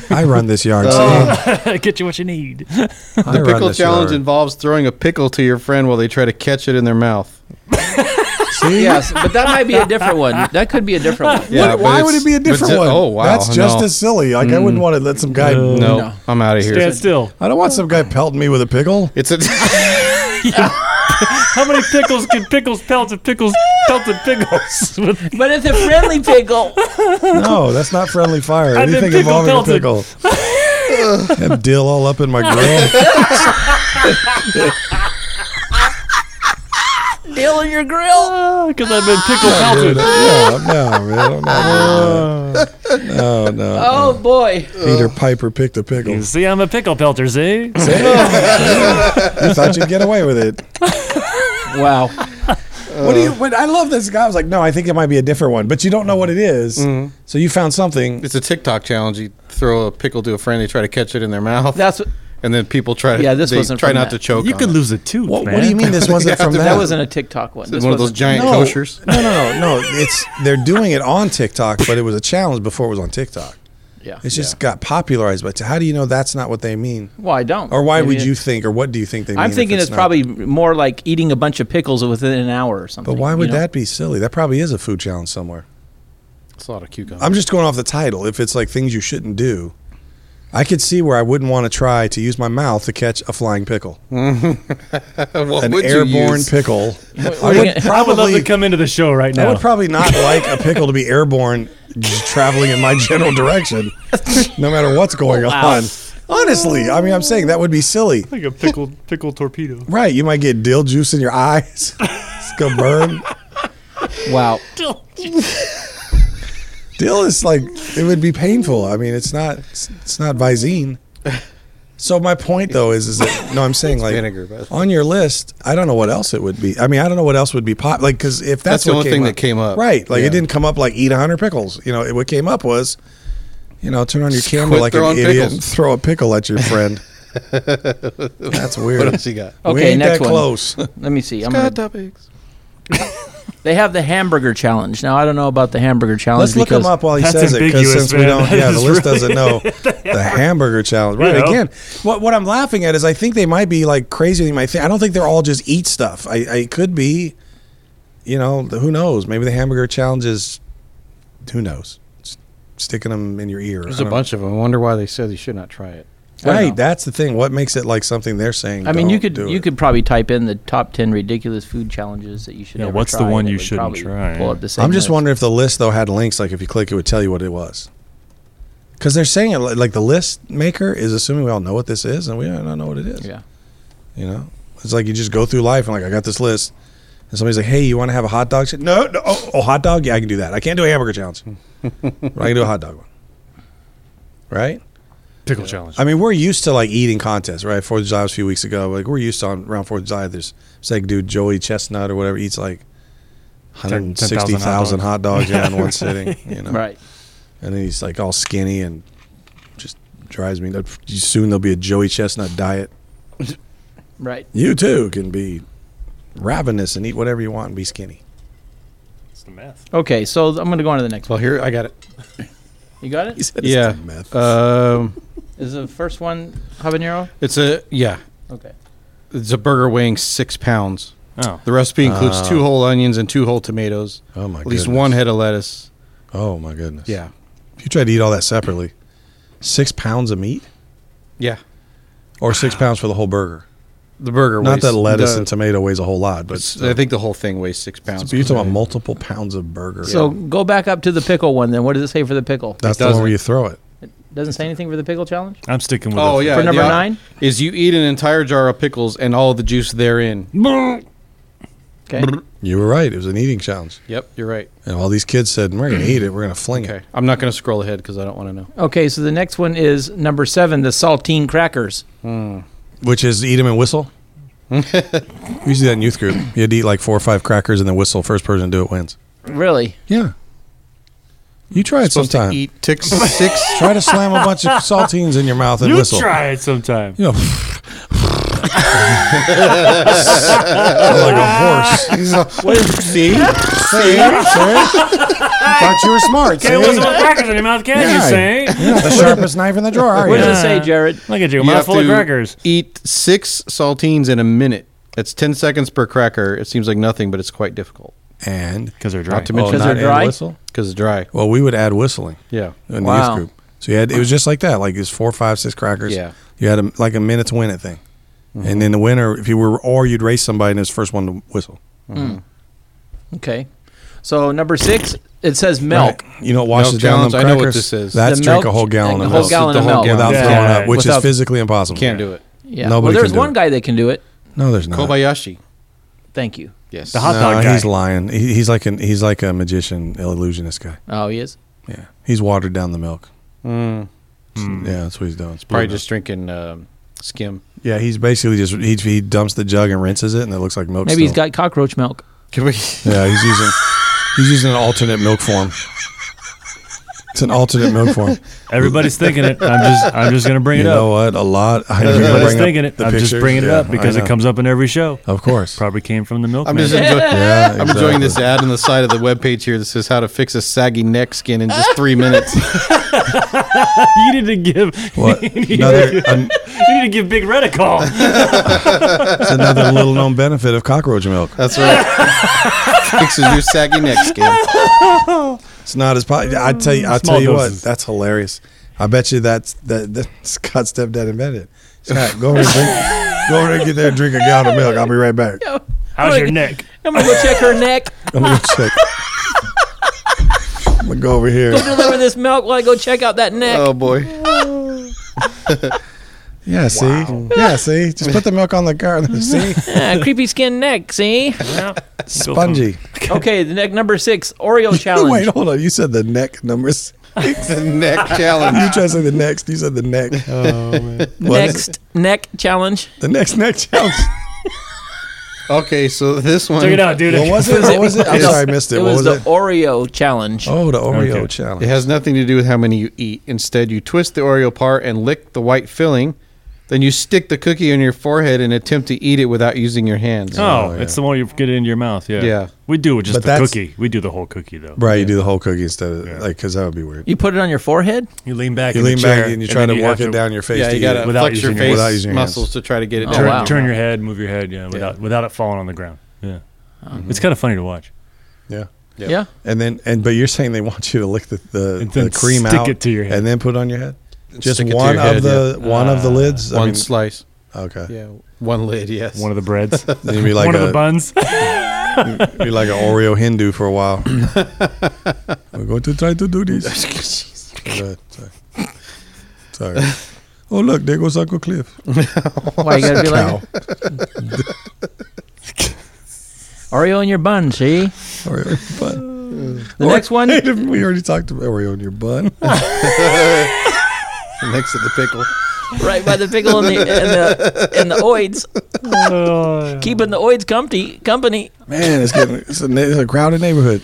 Speaker 3: I run this yard. see?
Speaker 5: Get you what you need.
Speaker 3: I
Speaker 4: the
Speaker 3: run
Speaker 4: pickle
Speaker 3: this
Speaker 4: challenge
Speaker 3: yard.
Speaker 4: involves throwing a pickle to your friend while they try to catch it in their mouth.
Speaker 3: See?
Speaker 6: yes, but that might be a different one. That could be a different one.
Speaker 4: Yeah,
Speaker 3: What-
Speaker 4: but
Speaker 3: why
Speaker 4: it's-
Speaker 3: would it be a
Speaker 4: but it's-
Speaker 3: different one?
Speaker 4: Oh wow,
Speaker 3: That's just
Speaker 4: no. Mm.
Speaker 3: as silly. Like I wouldn't want to let some guy.
Speaker 4: No,
Speaker 6: No.
Speaker 4: I'm out of here.
Speaker 5: Stand still.
Speaker 3: I don't want some guy pelting me with a pickle.
Speaker 4: It's a
Speaker 5: How many pickles can pickles pelt of pickles pelted pickles? With-
Speaker 6: But it's a friendly pickle.
Speaker 3: No, that's not friendly fire.
Speaker 5: I've been
Speaker 3: Anything
Speaker 5: pickle
Speaker 3: involving
Speaker 5: pelted.
Speaker 3: a pickle. Have dill all up in my grill.
Speaker 6: Deal in your grill.
Speaker 5: Because oh, I've been pickle pelted.
Speaker 3: Dude, no, no, man, I'm not doing that. No, no.
Speaker 6: Oh boy.
Speaker 3: Peter Piper picked a pickle.
Speaker 5: You see, I'm a pickle pelter, see?
Speaker 3: You thought you'd get away with it.
Speaker 6: Wow.
Speaker 3: What do you? But I love this guy. I was like, no, I think it might be a different one, but you don't know what it is. So you found something.
Speaker 4: it's a TikTok challenge. You throw a pickle to a friend, they try to catch it in their mouth.
Speaker 6: That's what-
Speaker 4: and then people try to
Speaker 6: Yeah, this
Speaker 4: they
Speaker 6: wasn't
Speaker 4: try
Speaker 6: from
Speaker 4: not
Speaker 6: that.
Speaker 4: to choke. on it.
Speaker 5: lose a tooth,
Speaker 3: What, what do you mean this wasn't from that?
Speaker 6: That wasn't a TikTok one.
Speaker 4: It's
Speaker 6: This
Speaker 4: one of those
Speaker 6: wasn't-
Speaker 4: giant
Speaker 3: no,
Speaker 4: koshers.
Speaker 3: No, no, no, no. It's they're doing it on TikTok, but it was a challenge before it was on TikTok.
Speaker 6: Yeah.
Speaker 3: It's just got popularized. But how do you know that's not what they mean,
Speaker 6: Why don't?
Speaker 3: or why
Speaker 6: Maybe
Speaker 3: would you
Speaker 6: it's-
Speaker 3: think, or what do you think they? mean
Speaker 6: I'm
Speaker 3: if
Speaker 6: thinking it's
Speaker 3: not?
Speaker 6: probably more like eating a bunch of pickles within an hour or something.
Speaker 3: But why
Speaker 6: you
Speaker 3: would
Speaker 6: know?
Speaker 3: that be silly? That probably is a food challenge somewhere.
Speaker 4: It's a lot of cucumbers.
Speaker 3: I'm just going off the title. If it's like things you shouldn't do, I could see where I wouldn't want to try to use my mouth to catch a flying pickle,
Speaker 4: what
Speaker 3: an
Speaker 4: would you
Speaker 3: airborne
Speaker 4: use?
Speaker 3: pickle. I
Speaker 6: are you
Speaker 3: would
Speaker 6: gonna-
Speaker 5: I would love
Speaker 3: probably.
Speaker 5: to come into the show right
Speaker 3: I
Speaker 5: now.
Speaker 3: would probably not like a pickle to be airborne, j- traveling in my general direction, no matter what's going on. Honestly, I mean, I'm saying that would be silly.
Speaker 5: like a pickle, pickle torpedo.
Speaker 3: Right? You might get dill juice in your eyes. It's gonna burn.
Speaker 6: Wow.
Speaker 3: Dill is like it would be painful. I mean, it's not. It's, it's not Visine. So my point though is, is that no, I'm saying like
Speaker 4: vinegar, but-
Speaker 3: on your list, I don't know what else it would be. I mean, I don't know what else would be pop. Like because if that's,
Speaker 4: That's the
Speaker 3: what
Speaker 4: only
Speaker 3: came
Speaker 4: thing
Speaker 3: up,
Speaker 4: that came up.
Speaker 3: right? Like
Speaker 4: Yeah.
Speaker 3: it didn't come up like eat hundred pickles. You know, it, what came up was, you know, turn on your camera
Speaker 4: quit
Speaker 3: like an
Speaker 4: throwing
Speaker 3: idiot
Speaker 4: pickles.
Speaker 3: and throw a pickle at your friend. that's weird.
Speaker 4: What else you got?
Speaker 3: We
Speaker 6: Okay,
Speaker 3: ain't
Speaker 6: next
Speaker 3: that
Speaker 6: one.
Speaker 3: close.
Speaker 6: Let me see. I'm
Speaker 4: Hot
Speaker 6: gonna,
Speaker 4: topics.
Speaker 6: they have the hamburger challenge. Now I don't know about the hamburger
Speaker 3: Let's
Speaker 6: challenge.
Speaker 3: look
Speaker 6: because
Speaker 3: him up while he
Speaker 5: That's
Speaker 3: says it, because
Speaker 5: ambiguous,
Speaker 3: since we
Speaker 5: man.
Speaker 3: don't,
Speaker 5: That
Speaker 3: yeah, the
Speaker 5: is
Speaker 3: list
Speaker 5: really-
Speaker 3: doesn't know the hamburger challenge. Right
Speaker 5: You know.
Speaker 3: again, what what I'm laughing at is I think they might be like crazy. They might think I don't think they're all just eat stuff. I, I could be, you know, the- who knows? Maybe the hamburger challenge is, who knows? S- Sticking them in your ear.
Speaker 4: There's
Speaker 3: I
Speaker 4: a
Speaker 3: don't-
Speaker 4: bunch of them. I wonder why they said you should not try it.
Speaker 6: I don't
Speaker 3: Right,
Speaker 6: know.
Speaker 3: that's the thing. What makes it like something they're saying?
Speaker 6: I mean, you
Speaker 3: don't
Speaker 6: could
Speaker 3: do
Speaker 6: you
Speaker 3: it.
Speaker 6: could probably type in the top ten ridiculous food challenges that you should.
Speaker 5: Yeah,
Speaker 6: ever
Speaker 5: what's the
Speaker 6: try,
Speaker 5: one
Speaker 6: and it
Speaker 5: you
Speaker 6: would
Speaker 5: shouldn't
Speaker 6: probably
Speaker 5: try?
Speaker 6: Pull up the same
Speaker 3: I'm just
Speaker 6: list.
Speaker 3: wondering if the list though had links. Like if you click, it would tell you what it was. Because they're saying it li- like the list maker is assuming we all know what this is, and we don't know what it is.
Speaker 6: Yeah.
Speaker 3: You know, it's like you just go through life and like I got this list, and somebody's like, "Hey, you want to have a hot dog?" Ch-? No, no. Oh, oh, hot dog. Yeah, I can do that. I can't do a hamburger challenge, but I can do a hot dog one. Right?
Speaker 5: Pickle challenge.
Speaker 3: I mean, we're used to like eating contests, right? Fourth of July was a few weeks ago. Like we're used to on around Fourth of July. There's this like dude Joey Chestnut or whatever eats like. 160,000 hot dogs yeah, in one sitting, you know.
Speaker 6: Right.
Speaker 3: And then he's like all skinny and just drives me nuts. Soon there'll be a Joey Chestnut diet.
Speaker 6: Right.
Speaker 3: You too can be ravenous and eat whatever you want and be skinny.
Speaker 5: That's the math.
Speaker 6: Okay, so th- I'm gonna go on to the next
Speaker 4: Well,
Speaker 6: one.
Speaker 4: here I got it.
Speaker 6: You got it?
Speaker 3: said
Speaker 4: yeah. Um,
Speaker 6: Is the first one habanero?
Speaker 4: it's a yeah.
Speaker 6: Okay.
Speaker 4: It's a burger weighing six pounds.
Speaker 5: Oh.
Speaker 4: The recipe includes two whole onions and two whole tomatoes,
Speaker 7: Oh my!
Speaker 4: at least one
Speaker 7: goodness.
Speaker 4: head of lettuce.
Speaker 7: Oh my goodness.
Speaker 4: Yeah,
Speaker 3: If you tried to eat all that separately, six pounds of meat
Speaker 4: yeah.
Speaker 3: or six pounds for the whole burger.
Speaker 4: The burger.
Speaker 3: Not
Speaker 4: weighs-
Speaker 3: that lettuce
Speaker 4: the- uh,
Speaker 3: and tomato weighs a whole lot, but
Speaker 4: I think the whole thing weighs six pounds.
Speaker 3: so you're talking about multiple pounds of burger.
Speaker 6: So go back up to the pickle one then. What does it say for the pickle?
Speaker 3: that's
Speaker 4: it
Speaker 3: the one where
Speaker 4: doesn't-
Speaker 3: you throw it.
Speaker 6: Doesn't say anything for the pickle challenge?
Speaker 5: I'm sticking with
Speaker 4: Oh
Speaker 5: it.
Speaker 4: yeah.
Speaker 3: Uh,
Speaker 6: for number
Speaker 4: the op-
Speaker 6: nine?
Speaker 4: is you eat an entire jar of pickles and all the juice therein.
Speaker 6: Okay.
Speaker 3: You were right. It was an eating challenge.
Speaker 4: Yep, you're right.
Speaker 3: And all these kids said, we're going to eat it. We're going to fling
Speaker 4: Okay,
Speaker 3: it.
Speaker 4: I'm not going to scroll ahead because I don't want to know.
Speaker 6: Okay, so the next one is number seven, the saltine crackers.
Speaker 3: Which is eat them and whistle. we used to do that in youth group. You had to eat like four or five crackers and then whistle. First person to do it wins.
Speaker 6: Really?
Speaker 3: Yeah. You try it
Speaker 4: Supposed
Speaker 3: sometime.
Speaker 4: to eat ticks six.
Speaker 3: Try to slam a bunch of saltines in your mouth and
Speaker 5: You
Speaker 3: whistle.
Speaker 5: try it sometime.
Speaker 3: You know, like a horse.
Speaker 4: What is see?
Speaker 3: Thought you were smart.
Speaker 5: Can't
Speaker 3: see?
Speaker 5: whistle with crackers in your mouth, can you,
Speaker 3: Yeah.
Speaker 5: Saint?
Speaker 3: You're not the sharpest knife in the drawer, are
Speaker 6: What
Speaker 3: you?
Speaker 6: does it say, Jared?
Speaker 5: Look at you, a
Speaker 4: You have
Speaker 5: mouthful of
Speaker 4: to
Speaker 5: crackers.
Speaker 4: Eat six saltines in a minute. That's ten seconds per cracker. It seems like nothing, but it's quite difficult
Speaker 3: And
Speaker 5: Because they're dry.
Speaker 4: to mention-
Speaker 6: Because
Speaker 3: not
Speaker 6: they're
Speaker 3: add
Speaker 6: dry?
Speaker 3: Whistle?
Speaker 4: because it's dry.
Speaker 3: Well, we would add whistling
Speaker 4: Yeah,
Speaker 3: in the
Speaker 6: Wow.
Speaker 3: youth group. So you had it was just like that. Like it was four, five, six crackers.
Speaker 4: Yeah.
Speaker 3: You had a, like a minute to win it thing. And then the winner, if you were, or you'd race somebody and it was the first one to whistle.
Speaker 6: Okay. So number six, it says milk.
Speaker 3: Right. You know what washes
Speaker 4: Milk
Speaker 3: down
Speaker 4: challenge,
Speaker 3: them
Speaker 4: I know what
Speaker 3: crackers?
Speaker 4: this is.
Speaker 3: That's
Speaker 6: The
Speaker 3: drink
Speaker 6: milk-
Speaker 3: a whole gallon
Speaker 6: the
Speaker 3: of
Speaker 6: whole
Speaker 3: milk.
Speaker 6: gallon
Speaker 3: The
Speaker 6: of
Speaker 3: whole
Speaker 6: milk.
Speaker 3: Without
Speaker 5: Yeah.
Speaker 3: throwing up, which
Speaker 6: Without-
Speaker 3: is physically impossible.
Speaker 4: can't do it.
Speaker 6: Yeah.
Speaker 3: Nobody
Speaker 6: well, there's
Speaker 3: can do
Speaker 6: one
Speaker 3: it.
Speaker 6: guy that can do it.
Speaker 3: No, there's not.
Speaker 4: Kobayashi.
Speaker 6: Thank you.
Speaker 4: Yes.
Speaker 5: The hot
Speaker 3: No,
Speaker 5: dog guy.
Speaker 3: he's lying. He, he's like an he's like a magician, illusionist guy.
Speaker 6: Oh, he is.
Speaker 3: Yeah, he's watered down the milk.
Speaker 5: Mm.
Speaker 3: Yeah, that's what he's doing. It's
Speaker 4: Mm. Probably
Speaker 3: blue
Speaker 4: just drinking um, skim.
Speaker 3: milk. yeah. He's basically just he, he dumps the jug and rinses it, and it looks like milk.
Speaker 6: Maybe he's
Speaker 3: still.
Speaker 6: got cockroach milk.
Speaker 4: Can we?
Speaker 3: Yeah, he's using he's using an alternate milk form. It's an alternate milk form.
Speaker 5: Everybody's thinking it. I'm just I'm just gonna bring
Speaker 3: You
Speaker 5: it
Speaker 3: know
Speaker 5: up.
Speaker 3: what? A lot. I didn't even
Speaker 5: Everybody's
Speaker 3: bring up
Speaker 5: thinking it.
Speaker 3: the
Speaker 5: I'm just
Speaker 3: pictures.
Speaker 5: bringing it
Speaker 3: Yeah,
Speaker 5: up because
Speaker 3: I
Speaker 5: it
Speaker 3: know.
Speaker 5: comes up in every show.
Speaker 3: Of course.
Speaker 5: Probably came from the milk.
Speaker 4: I'm just enjoying.
Speaker 3: Yeah,
Speaker 4: I'm
Speaker 3: exactly.
Speaker 4: enjoying this ad on the side of the webpage here that says how to fix a saggy neck skin in just three minutes.
Speaker 5: you need to give
Speaker 3: What? Another an,
Speaker 5: you need to give Big Red a call.
Speaker 3: it's another little known benefit of cockroach milk.
Speaker 4: That's right. Fixes your saggy neck skin.
Speaker 3: It's not as po- I tell you. I tell you
Speaker 5: doses.
Speaker 3: what. That's hilarious. I bet you that's that, that Scott stepdad invented. it. Scott, go over and drink. go over and get there and drink a gallon of milk. I'll be right back.
Speaker 5: How's your neck?
Speaker 6: I'm gonna go check her neck.
Speaker 3: I'm gonna go check. I'm gonna go over here.
Speaker 6: Deliver this milk while I go check out that neck.
Speaker 4: Oh boy.
Speaker 3: Yeah, see, yeah, see. Just put the milk on the car. See,
Speaker 6: Ah, creepy skin neck. See.
Speaker 3: spongy.
Speaker 6: Okay, the neck number six, Oreo challenge.
Speaker 3: Wait, hold on. You said the neck numbers.
Speaker 4: The neck challenge.
Speaker 3: You try to say the next. You said the neck. What is
Speaker 6: Next neck challenge.
Speaker 3: The next neck challenge.
Speaker 4: Okay, so this one.
Speaker 5: Check it out, dude.
Speaker 3: What was it? What was it? I'm sorry, I missed it.
Speaker 6: It
Speaker 3: What
Speaker 6: was
Speaker 3: was
Speaker 6: the
Speaker 3: it?
Speaker 6: Oreo challenge.
Speaker 3: Oh, the Oreo
Speaker 5: Okay.
Speaker 3: challenge.
Speaker 4: It has nothing to do with how many you eat. Instead, you twist the Oreo part and lick the white filling. Then you stick the cookie on your forehead and attempt to eat it without using your hands.
Speaker 5: Oh, it's the one you get it into your mouth. Yeah.
Speaker 4: Yeah.
Speaker 5: We do it just
Speaker 3: But
Speaker 5: the
Speaker 3: that's-
Speaker 5: cookie. We do the whole cookie though.
Speaker 3: Right, you do the whole cookie instead of like because that would be weird.
Speaker 6: You put it on your forehead?
Speaker 5: You lean back.
Speaker 3: You
Speaker 5: in the
Speaker 3: lean
Speaker 5: chair,
Speaker 3: back and you try
Speaker 5: then
Speaker 3: to
Speaker 5: have
Speaker 3: work it down your face.
Speaker 4: yeah,
Speaker 3: to
Speaker 4: you
Speaker 3: eat
Speaker 4: gotta
Speaker 3: it.
Speaker 5: without
Speaker 4: flex your
Speaker 5: using your-
Speaker 4: face
Speaker 3: without using your
Speaker 4: muscles
Speaker 3: hands.
Speaker 4: to try to get it
Speaker 6: Oh,
Speaker 4: down.
Speaker 6: wow.
Speaker 5: Turn your head, move your head. Yeah. Without without it falling on the ground. Yeah.
Speaker 3: Mm-hmm.
Speaker 5: It's kind of funny to watch.
Speaker 3: Yeah.
Speaker 6: Yeah.
Speaker 3: And then and but you're saying they want you to lick the the,
Speaker 5: And then
Speaker 3: the cream
Speaker 5: stick
Speaker 3: out
Speaker 5: it to your head.
Speaker 3: and then put it on your head. Just
Speaker 4: stick it to
Speaker 3: one
Speaker 4: your
Speaker 3: of
Speaker 4: head,
Speaker 3: the one of the lids.
Speaker 4: One slice.
Speaker 3: okay.
Speaker 4: Yeah, one lid. Yes.
Speaker 5: One of the breads.
Speaker 3: Then you'd be like
Speaker 5: one
Speaker 3: a
Speaker 5: of the buns.
Speaker 3: you'd be like an Oreo Hindu for a while. We're going to try to do this. Go ahead, Sorry. Sorry. Oh look, there goes Uncle Cliff.
Speaker 6: Why you gotta be like
Speaker 3: Cow.
Speaker 6: Oreo in your bun, see?
Speaker 3: Oreo bun.
Speaker 6: The next one
Speaker 3: we already talked about Oreo in your bun.
Speaker 4: next to the pickle.
Speaker 6: right by the pickle and the and the, and the oids.
Speaker 5: Oh,
Speaker 6: Keeping the oids company company.
Speaker 3: Man, it's getting it's a, it's a crowded neighborhood.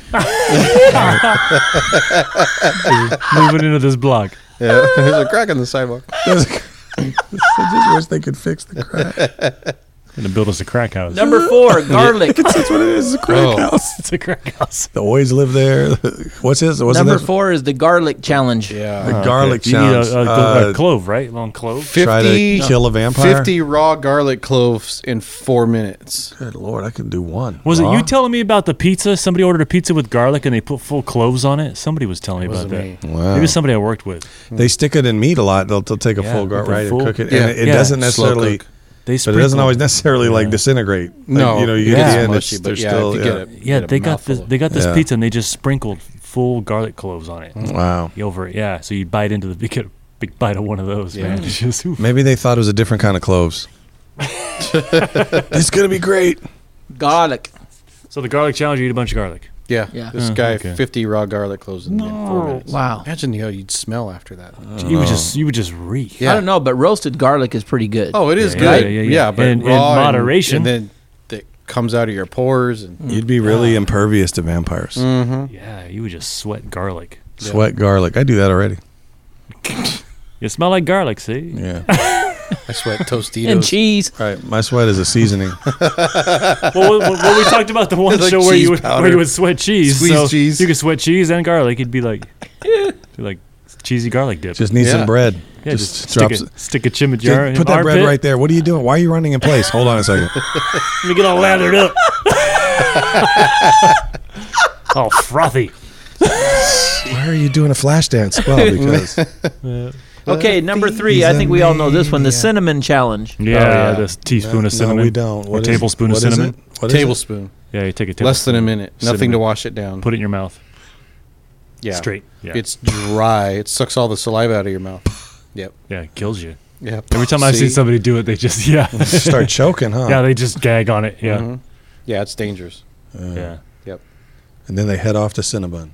Speaker 5: Moving into this blog.
Speaker 4: Yeah, there's a crack on the sidewalk.
Speaker 3: I just wish they could fix the crack.
Speaker 5: Gonna build us a crack house.
Speaker 6: Number four, garlic.
Speaker 3: That's what it is. It's a crack
Speaker 4: Oh.
Speaker 3: house.
Speaker 5: It's a crack house.
Speaker 3: The boys live there. What's his? What's
Speaker 6: Number
Speaker 3: that?
Speaker 6: four is the garlic challenge.
Speaker 4: Yeah.
Speaker 3: The garlic
Speaker 5: You need a,
Speaker 3: sounds.
Speaker 5: a,
Speaker 3: Uh,
Speaker 5: a clove, right? Long clove.
Speaker 3: try to
Speaker 4: 50
Speaker 3: kill a vampire.
Speaker 4: 50 raw garlic cloves in four minutes.
Speaker 3: Good lord, I can do one.
Speaker 5: Was it
Speaker 3: Raw?
Speaker 5: you telling me about the pizza? Somebody ordered a pizza with garlic and they put full cloves on it. Somebody was telling me about that.
Speaker 4: me.
Speaker 3: Wow.
Speaker 5: Maybe it was somebody I worked with.
Speaker 3: They stick it in meat a lot. They'll, they'll take a
Speaker 5: Yeah,
Speaker 3: full gar
Speaker 5: with the
Speaker 3: right
Speaker 5: full-
Speaker 3: and cook it,
Speaker 4: Yeah.
Speaker 3: and it, it
Speaker 5: Yeah.
Speaker 3: doesn't
Speaker 4: Slow
Speaker 3: necessarily.
Speaker 4: cook.
Speaker 5: They
Speaker 3: But it doesn't
Speaker 5: sprinkle-
Speaker 3: always necessarily like
Speaker 5: Yeah.
Speaker 3: disintegrate. Like,
Speaker 4: No,
Speaker 3: you know, you get
Speaker 4: it gets
Speaker 3: the end,
Speaker 4: mushy,
Speaker 3: it's,
Speaker 4: but
Speaker 3: they're
Speaker 4: yeah,
Speaker 3: still.
Speaker 4: if you
Speaker 3: yeah.
Speaker 4: get it.
Speaker 5: Yeah,
Speaker 4: Get a
Speaker 5: they got
Speaker 4: mouthful
Speaker 5: this.
Speaker 4: of-
Speaker 5: They got this
Speaker 3: Yeah.
Speaker 5: pizza and they just sprinkled full garlic cloves on it.
Speaker 3: Wow.
Speaker 5: You over it, yeah. So you bite into the you get a big bite of one of those,
Speaker 4: Yeah.
Speaker 5: man. It's just, oof.
Speaker 3: Maybe they thought it was a different kind of cloves. it's gonna be great.
Speaker 6: Garlic.
Speaker 5: So the garlic challenge, you eat a bunch of garlic.
Speaker 4: Yeah.
Speaker 6: Yeah.
Speaker 4: This
Speaker 5: Oh,
Speaker 4: guy,
Speaker 5: okay.
Speaker 4: 50 raw garlic cloves in, in four minutes.
Speaker 6: Wow. Uh,
Speaker 4: Imagine how you'd smell after that.
Speaker 5: You would just you would just reek.
Speaker 4: Yeah.
Speaker 6: I don't know, but roasted garlic is pretty good.
Speaker 4: Oh, it is
Speaker 5: Yeah,
Speaker 4: good.
Speaker 5: yeah,
Speaker 4: Yeah,
Speaker 5: yeah, yeah.
Speaker 4: but
Speaker 5: In- in
Speaker 4: raw and-
Speaker 5: moderation.
Speaker 4: And, then that comes out of your pores and
Speaker 6: Mm.
Speaker 3: You'd be really impervious to vampires.
Speaker 5: Yeah, you would just sweat garlic.
Speaker 3: Sweat garlic. I do that already.
Speaker 5: You smell like garlic, see?
Speaker 3: Yeah.
Speaker 4: I sweat Tostitos.
Speaker 6: and cheese.
Speaker 3: All right. My sweat is a seasoning.
Speaker 5: well, well, well, we talked about the one
Speaker 4: Like
Speaker 5: show where
Speaker 4: cheese
Speaker 5: you would
Speaker 4: powder.
Speaker 5: where you would sweat cheese.
Speaker 4: Squeeze
Speaker 5: so
Speaker 4: cheese.
Speaker 5: You could sweat cheese and garlic. It'd be like, be like cheesy garlic dip.
Speaker 3: Just need
Speaker 4: Yeah.
Speaker 3: some bread.
Speaker 5: yeah, just,
Speaker 3: drop
Speaker 5: stick a
Speaker 3: s-
Speaker 5: stick a chimichurri.
Speaker 3: Dude,
Speaker 5: in
Speaker 3: put that bread
Speaker 5: armpit.
Speaker 3: right there. What are you doing? Why are you running in place? Hold on a second.
Speaker 5: Let me get all lathered up. all frothy.
Speaker 3: Why are you doing a flash dance? Well, because
Speaker 6: Okay, number three. I think we all know this one. The cinnamon challenge.
Speaker 5: Oh, Yeah,
Speaker 4: yeah.
Speaker 5: this teaspoon of cinnamon.
Speaker 3: No, we don't. What
Speaker 5: or
Speaker 3: is-
Speaker 5: tablespoon of
Speaker 3: what is it?
Speaker 5: cinnamon.
Speaker 3: What is it?
Speaker 4: tablespoon.
Speaker 5: Yeah, you take a tablespoon.
Speaker 4: Less than a minute. Nothing to
Speaker 5: Cinnamon.
Speaker 4: wash it down.
Speaker 5: Put it in your mouth.
Speaker 4: yeah.
Speaker 5: Straight. Yeah.
Speaker 4: It's dry. It sucks all the saliva out of your mouth. Yep.
Speaker 5: yeah, it kills you.
Speaker 4: Yeah.
Speaker 5: Every time I've seen somebody do it, they just yeah,
Speaker 3: Start choking, huh?
Speaker 5: yeah, they just gag on it. Yeah,
Speaker 4: Yeah, it's dangerous.
Speaker 5: Mm-hmm. yeah.
Speaker 3: and then they head off to Cinnabon.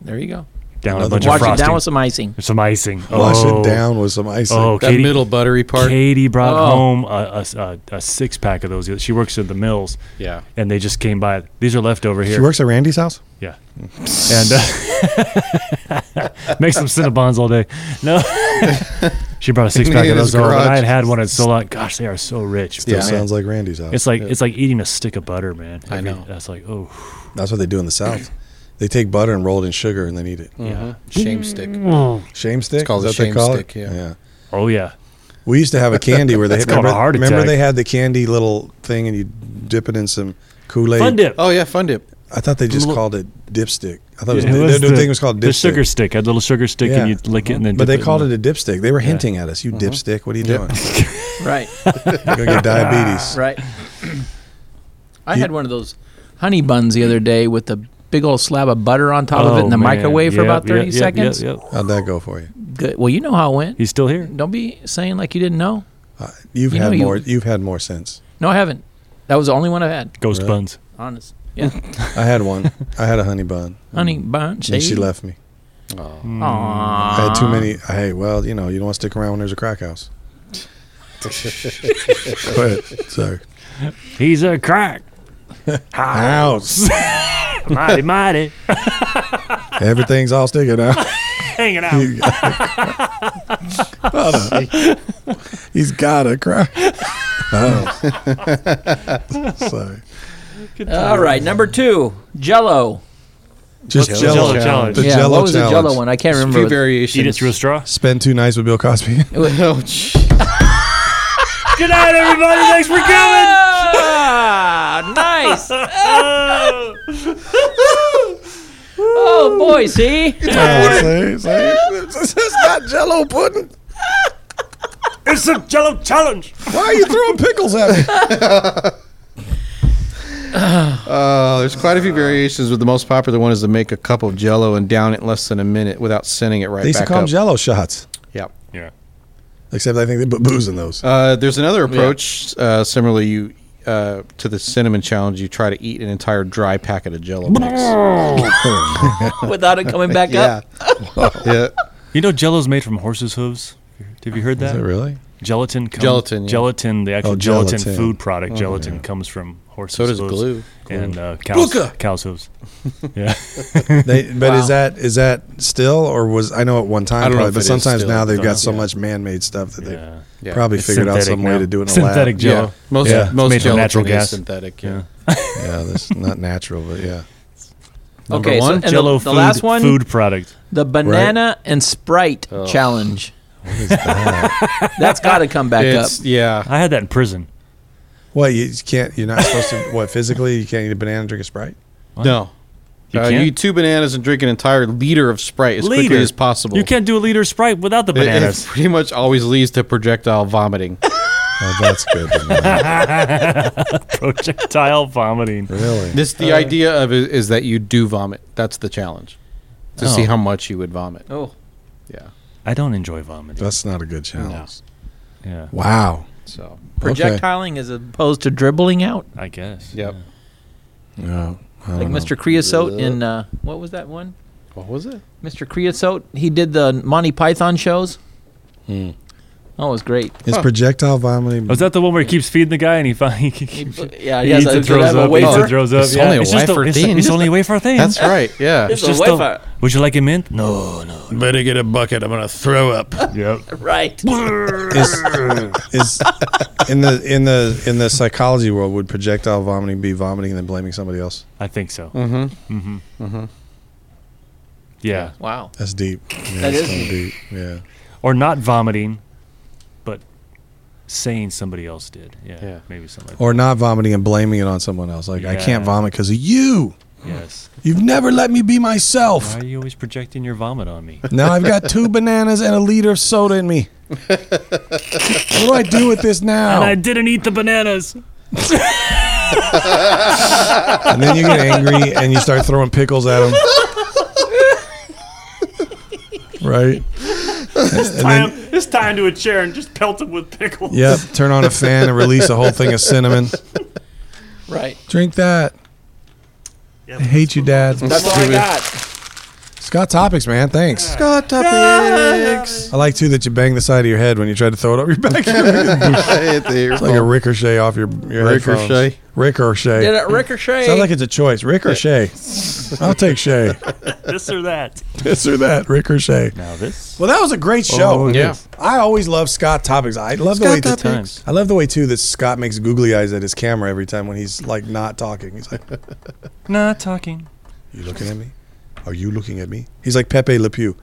Speaker 6: There you go.
Speaker 5: Down a
Speaker 3: Another
Speaker 5: bunch
Speaker 3: one.
Speaker 5: of
Speaker 6: Wash it
Speaker 5: frosting.
Speaker 6: down with some icing.
Speaker 5: some icing.
Speaker 3: Wash
Speaker 5: oh.
Speaker 3: it down with some icing.
Speaker 5: Oh,
Speaker 4: That
Speaker 5: Katie,
Speaker 4: middle buttery part.
Speaker 5: Katie brought
Speaker 6: Oh.
Speaker 5: home a, a- a, a six pack of those. She works at the mills,
Speaker 4: Yeah.
Speaker 5: and they just came by. These are left over here.
Speaker 3: She works at Randy's house.
Speaker 5: Yeah, and uh, make some cinnabons all day. No, she brought a six pack
Speaker 4: In
Speaker 5: of
Speaker 4: his
Speaker 5: those. Over, and
Speaker 4: garage.
Speaker 5: I had had one at so long. Gosh, they are so rich.
Speaker 3: Still
Speaker 4: Yeah.
Speaker 3: sounds like Randy's house.
Speaker 5: It's like it's like eating a stick of butter, man.
Speaker 4: I know.
Speaker 5: That's like oh
Speaker 3: That's what they do in the South. They take butter and roll it in sugar and then eat it.
Speaker 5: yeah
Speaker 4: Shame stick.
Speaker 3: Shame stick.
Speaker 4: Mm-hmm.
Speaker 3: Is
Speaker 4: called a
Speaker 3: that they
Speaker 4: shame
Speaker 3: call
Speaker 4: stick,
Speaker 3: it?
Speaker 4: yeah.
Speaker 5: oh yeah.
Speaker 3: We used to have a candy where they
Speaker 5: It's called a
Speaker 3: remember,
Speaker 5: heart
Speaker 3: remember
Speaker 5: attack.
Speaker 3: they had the candy little thing and you dip it in some Kool Aid.
Speaker 5: Fun dip.
Speaker 4: Oh yeah, fun dip.
Speaker 3: I thought they just
Speaker 5: Little-
Speaker 3: called it dipstick. I thought
Speaker 5: Yeah,
Speaker 3: it was,
Speaker 5: was
Speaker 3: the, the thing was called dipstick.
Speaker 5: the sugar stick, a little sugar stick,
Speaker 3: Yeah.
Speaker 5: and you lick it and then.
Speaker 3: But
Speaker 5: dip
Speaker 3: they
Speaker 5: in
Speaker 3: called
Speaker 5: the-
Speaker 3: it a dipstick. They were hinting at us. You
Speaker 5: Uh-huh.
Speaker 3: dipstick. What are you
Speaker 4: Yep.
Speaker 3: doing?
Speaker 6: Right.
Speaker 3: You're gonna get diabetes.
Speaker 6: Right. I
Speaker 3: You-
Speaker 6: had one of those honey buns the other day with a big old slab of butter on top of it in
Speaker 5: Oh,
Speaker 6: the
Speaker 5: man.
Speaker 6: microwave for
Speaker 5: Yep,
Speaker 6: about 30
Speaker 5: yep, yep,
Speaker 6: seconds.
Speaker 5: yep, yep.
Speaker 3: How'd that go for you?
Speaker 6: Good. Well, you know how it went.
Speaker 5: He's still here.
Speaker 6: Don't be saying like you didn't know.
Speaker 3: Uh, you've
Speaker 6: You know
Speaker 3: had
Speaker 6: you-
Speaker 3: more. You, have had more since.
Speaker 6: No, I haven't. That was the only one I had.
Speaker 5: Ghost buns.
Speaker 6: Honest. Yeah.
Speaker 3: I had one. I had a honey bun,
Speaker 6: honey bun.
Speaker 3: and she left me.
Speaker 6: Aww.
Speaker 3: I had too many.
Speaker 5: Ah.
Speaker 3: Hey, well, you know, you don't want to stick around when there's a crack house. Go ahead. Sorry.
Speaker 5: He's a crack.
Speaker 3: House.
Speaker 5: Mighty, mighty.
Speaker 3: Everything's all sticking out.
Speaker 5: Hanging out.
Speaker 3: He's gotta cry. Oh. Sorry.
Speaker 6: All right. Number two, Jello.
Speaker 3: Just
Speaker 4: What's
Speaker 5: Jell-O
Speaker 3: Jello.
Speaker 5: challenge?
Speaker 3: The
Speaker 6: yeah.
Speaker 3: Jello
Speaker 6: what was
Speaker 3: challenge.
Speaker 6: the Jello one? I can't
Speaker 4: A
Speaker 6: remember.
Speaker 4: few
Speaker 6: what-
Speaker 4: variations.
Speaker 5: Eat it through a straw.
Speaker 3: Spend two nights with Bill Cosby.
Speaker 4: oh, gee.
Speaker 5: Good night, everybody. Thanks for coming.
Speaker 6: Ah, nice.
Speaker 5: Uh,
Speaker 6: Oh boy, see.
Speaker 3: Oh, see, see? It's it's not Jello pudding.
Speaker 5: it's a Jello challenge.
Speaker 3: Why are you throwing pickles at me?
Speaker 4: Uh, there's quite a few variations, but the most popular one is to make a cup of Jello and down it in less than a minute without sending it right
Speaker 3: They used to
Speaker 4: back
Speaker 3: call them
Speaker 4: up.
Speaker 3: Jello shots.
Speaker 4: yeah.
Speaker 5: Yeah.
Speaker 3: Except I think they put booze in those.
Speaker 4: Uh, there's another approach uh, similarly you uh, to the cinnamon challenge. You try to eat an entire dry packet of Jello mix.
Speaker 6: Without it coming back
Speaker 4: yeah.
Speaker 6: up.
Speaker 4: yeah.
Speaker 5: You know, Jello's made from horses' hooves. Have you heard that?
Speaker 3: really?
Speaker 5: Gelatin. Comes,
Speaker 4: Gelatin, yeah.
Speaker 5: Gelatin. The actual
Speaker 3: Oh,
Speaker 5: gelatin,
Speaker 3: gelatin.
Speaker 5: food product. gelatin comes from horses.
Speaker 4: So does
Speaker 5: hooves
Speaker 4: glue.
Speaker 5: and uh, cows. Cows hooves. Yeah.
Speaker 3: They, but is that is that still or was I know at one time
Speaker 4: I don't know
Speaker 3: probably,
Speaker 4: if
Speaker 3: but
Speaker 4: it is
Speaker 3: sometimes
Speaker 4: still.
Speaker 3: now they've
Speaker 5: Don't know.
Speaker 3: got so much man-made stuff that they
Speaker 5: yeah.
Speaker 4: Yeah.
Speaker 3: probably
Speaker 5: It's
Speaker 3: figured out
Speaker 5: synthetic
Speaker 3: some way
Speaker 5: now.
Speaker 3: to do it in a
Speaker 5: Synthetic
Speaker 3: lab.
Speaker 5: jello.
Speaker 4: Most
Speaker 3: Yeah. It's
Speaker 4: most
Speaker 5: made from
Speaker 4: gelatin
Speaker 5: natural
Speaker 4: is
Speaker 5: gas.
Speaker 4: synthetic. Yeah.
Speaker 5: Yeah.
Speaker 3: Yeah, that's not natural, but yeah.
Speaker 4: Number
Speaker 6: okay,
Speaker 4: one,
Speaker 6: so and
Speaker 5: Jello
Speaker 6: the,
Speaker 5: food,
Speaker 6: the last one,
Speaker 5: food product.
Speaker 6: the banana and Sprite
Speaker 4: Oh.
Speaker 6: challenge. That's got to come back up.
Speaker 4: It's, yeah.
Speaker 5: I had that in prison.
Speaker 3: What you can't? You're not supposed to. What physically? You can't eat a banana and drink a sprite.
Speaker 4: No.
Speaker 5: You
Speaker 4: Uh,
Speaker 5: can't?
Speaker 4: you eat two bananas and drink an entire liter of Sprite as quickly
Speaker 5: Liter.
Speaker 4: as possible.
Speaker 5: You can't do a liter Sprite without the
Speaker 4: It- It,
Speaker 5: bananas.
Speaker 4: pretty much always leads to projectile vomiting.
Speaker 3: Oh, that's good. then.
Speaker 5: Projectile vomiting.
Speaker 3: really?
Speaker 4: this the idea of it is that you do vomit. That's the challenge. To see
Speaker 5: Oh.
Speaker 4: how much you would vomit.
Speaker 6: Oh,
Speaker 4: Yeah.
Speaker 5: I don't enjoy vomiting.
Speaker 3: That's not a good challenge.
Speaker 5: Yeah,
Speaker 3: Wow.
Speaker 4: So.
Speaker 6: projectiling as opposed to dribbling out,
Speaker 5: I guess.
Speaker 4: Yep.
Speaker 3: No. I
Speaker 6: like
Speaker 3: don't know.
Speaker 6: Mr. Creosote in uh, what was that one?
Speaker 4: What was it?
Speaker 6: Mr. Creosote. He did the Monty Python shows. That was great.
Speaker 3: Is projectile vomiting?
Speaker 5: Was that the one where he keeps feeding the guy and he finally
Speaker 6: He-
Speaker 5: he,
Speaker 6: yeah,
Speaker 5: he
Speaker 6: he has
Speaker 5: eats and
Speaker 6: a, does it
Speaker 5: throws
Speaker 6: have a
Speaker 5: up? Eats
Speaker 6: wafer?
Speaker 5: and throws up.
Speaker 4: It's
Speaker 5: yeah.
Speaker 4: only a
Speaker 5: it's just
Speaker 4: wafer
Speaker 5: it's,
Speaker 4: thing.
Speaker 5: it's only a wafer thing.
Speaker 4: That's right. Yeah.
Speaker 6: It's a wafer.
Speaker 5: Would you like a mint? No, no.
Speaker 2: Better get a bucket. I'm gonna throw up.
Speaker 5: Yep.
Speaker 6: Right.
Speaker 3: Is, is in the in the in the psychology world would projectile vomiting be vomiting and then blaming somebody else?
Speaker 5: I think so.
Speaker 4: Mm-hmm.
Speaker 5: Yeah.
Speaker 6: Wow.
Speaker 3: That's deep. Yeah,
Speaker 6: That
Speaker 3: that's
Speaker 6: is
Speaker 3: kinda deep. Yeah.
Speaker 5: Or not vomiting, but saying somebody else did. Yeah.
Speaker 4: Yeah.
Speaker 5: Maybe something. Like
Speaker 3: Or not vomiting and blaming it on someone else. Like I can't
Speaker 5: Yeah.
Speaker 3: vomit because of you.
Speaker 5: that. Yes.
Speaker 3: You've never let me be myself.
Speaker 5: Why are you always projecting your vomit on me?
Speaker 3: Now I've got two bananas and a liter of soda in me. what do I do with this now?
Speaker 5: And I
Speaker 3: And,
Speaker 5: didn't eat the bananas.
Speaker 3: then you get angry and you start throwing pickles at him. right?
Speaker 5: Tie him, just tie him to a chair and just pelt him with pickles.
Speaker 3: Yep. Turn on a fan and release a whole thing of cinnamon.
Speaker 6: Right.
Speaker 3: Drink that. I hate you, Dad.
Speaker 6: That's all I got.
Speaker 3: Scott Topics, man. Thanks.
Speaker 4: Scott topics.
Speaker 3: I like too that you bang the side of your head when you try to throw it up your back. it's like a ricochet off your, your headphones.
Speaker 4: Ricochet.
Speaker 3: Ricochet.
Speaker 6: Did it ricochet?
Speaker 3: Sounds like it's a choice. Ricochet. I'll take Shay.
Speaker 5: This or that.
Speaker 3: This or Oh, that. Ricochet.
Speaker 5: Now this.
Speaker 3: Well, that was a great show.
Speaker 4: yeah.
Speaker 3: I always love Scott topics. I love the way that,
Speaker 5: Times.
Speaker 3: I love the way too that Scott makes googly eyes at his camera every time when he's like not talking. He's like,
Speaker 5: Not talking.
Speaker 3: "You looking at me? Are you looking at me?" He's like Pepe Le Pew,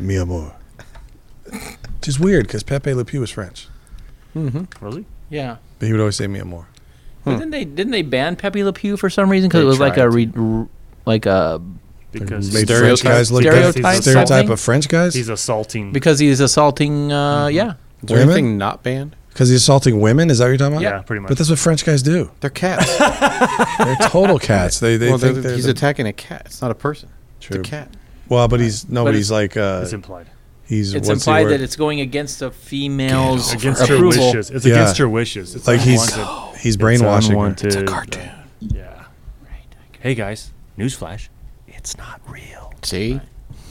Speaker 3: mi amor. Which is weird because Pepe Le Pew is French,
Speaker 5: Really?
Speaker 6: yeah.
Speaker 3: but he would always say "mi amor."
Speaker 6: But Didn't they didn't they ban Pepe Le Pew for some reason because it was like a re, r- like a
Speaker 5: Because
Speaker 3: Made
Speaker 4: Stereotype-
Speaker 3: French guys look
Speaker 5: stereotype
Speaker 3: bad. Stereotype
Speaker 6: something?
Speaker 3: of French guys
Speaker 5: he's assaulting.
Speaker 6: because he's assaulting. Uh, Yeah.
Speaker 4: Is there
Speaker 3: Women?
Speaker 4: anything not banned?
Speaker 3: because he's assaulting women. Is that what you're talking about?
Speaker 5: yeah, pretty much.
Speaker 3: But that's what French guys do.
Speaker 4: They're cats.
Speaker 3: They're total cats. They they
Speaker 4: well,
Speaker 3: think
Speaker 4: they're-
Speaker 3: they're
Speaker 4: he's
Speaker 3: the-
Speaker 4: attacking a cat. It's not a person.
Speaker 3: True.
Speaker 4: It's a cat.
Speaker 3: Well, but he's no, but he's like uh,
Speaker 5: it's implied.
Speaker 3: he's
Speaker 6: It's
Speaker 3: what's the
Speaker 6: implied
Speaker 3: word?
Speaker 6: that it's going against a female's
Speaker 5: against her
Speaker 6: approval.
Speaker 5: wishes. It's
Speaker 3: Yeah.
Speaker 5: against her wishes. It's
Speaker 3: like he's
Speaker 5: unwanted.
Speaker 3: he's brainwashing. her.
Speaker 5: It's a cartoon. Yeah. Hey guys, newsflash. It's not real.
Speaker 4: See?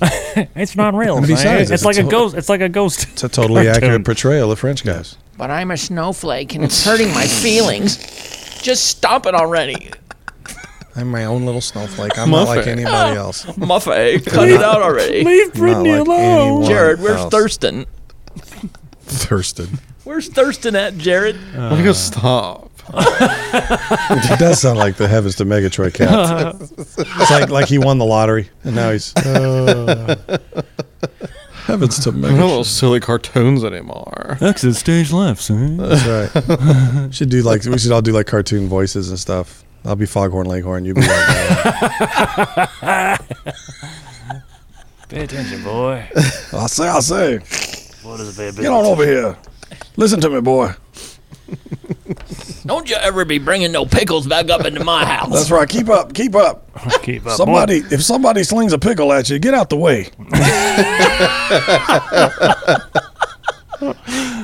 Speaker 5: It's not real.
Speaker 3: And besides,
Speaker 5: man.
Speaker 3: it's
Speaker 5: it's, like
Speaker 3: a
Speaker 5: a
Speaker 3: to-
Speaker 5: ghost. It's like a ghost.
Speaker 3: It's a totally
Speaker 5: Cartoon.
Speaker 3: accurate portrayal of French guys.
Speaker 6: But I'm a snowflake and it's hurting my feelings. Just stop it already.
Speaker 3: I'm my own little snowflake. I'm not like anybody else.
Speaker 6: Muffet, cut it out already.
Speaker 5: Leave Brittany
Speaker 3: like
Speaker 5: alone.
Speaker 3: anyone.
Speaker 6: Jared, where's
Speaker 3: else.
Speaker 6: Thurston?
Speaker 3: Thirsted.
Speaker 6: Where's Thurston at, Jared?
Speaker 4: I'm gonna stop.
Speaker 3: It does sound like the heavens to Megatroy cats. it's like like he won the lottery and now he's uh, heavens to
Speaker 4: They're not little
Speaker 3: Megatroy.
Speaker 4: silly cartoons anymore.
Speaker 5: Exit stage left, son.
Speaker 3: That's right. Should do like we should all do like cartoon voices and stuff. I'll be Foghorn Leghorn. You be like uh,
Speaker 5: Pay attention, boy.
Speaker 3: I say I say.
Speaker 5: What is baby?
Speaker 3: Get on over here. Listen to me, boy.
Speaker 6: Don't you ever be bringing no pickles back up into my house.
Speaker 3: That's right. Keep up. Keep up.
Speaker 5: Keep up.
Speaker 3: Somebody, if somebody slings a pickle at you, get out the way.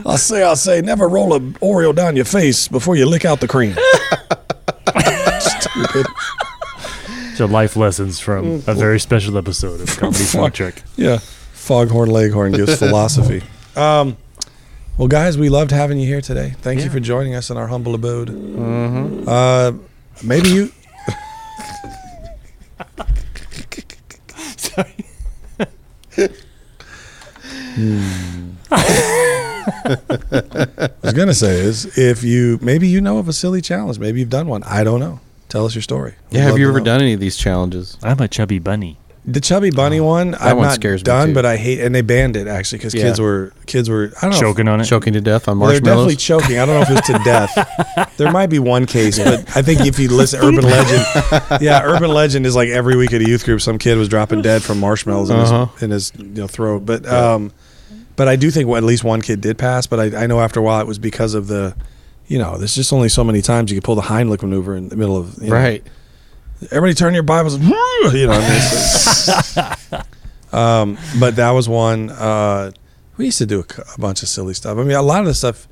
Speaker 3: I say, I say, never roll a Oreo down your face before you lick out the cream. Stupid.
Speaker 5: So life lessons from a very special episode of Comedy Fun Trick.
Speaker 3: Yeah. Foghorn Leghorn gives philosophy. Um, Well, guys, we loved having you here today. Thank you for joining us in our humble abode. Mm-hmm. Uh, maybe you. Sorry. I was gonna say is if you maybe you know of a silly challenge, maybe you've done one. I don't know. Tell us your story. We'd
Speaker 4: Yeah, have
Speaker 3: love
Speaker 4: you
Speaker 3: to
Speaker 4: ever
Speaker 3: know.
Speaker 4: done any of these challenges?
Speaker 5: I'm a chubby bunny.
Speaker 3: The chubby bunny one? I've
Speaker 4: Oh, one
Speaker 3: not
Speaker 4: scares me
Speaker 3: done,
Speaker 4: too.
Speaker 3: but I hate and they banned it actually because
Speaker 4: Yeah.
Speaker 3: kids were kids were I don't know. if-
Speaker 5: Choking on it.
Speaker 4: Choking to death on
Speaker 3: Well, they're
Speaker 4: marshmallows?
Speaker 3: definitely choking. I don't know if it's to death. There might be one case, but I think if you listen, urban legend, yeah, urban legend is like every week at a youth group, some kid was dropping dead from marshmallows in
Speaker 4: Uh-huh.
Speaker 3: his, in his you know, throat. But um, but I do think well, at least one kid did pass. But I, I know after a while it was because of the, you know, there's just only so many times you can pull the Heimlich maneuver in the middle of you know,
Speaker 4: right.
Speaker 3: everybody turn your Bibles. You know, I mean, it's- um, but that was one. Uh, we used to do a, cou- a bunch of silly stuff. I mean, a lot of the stuff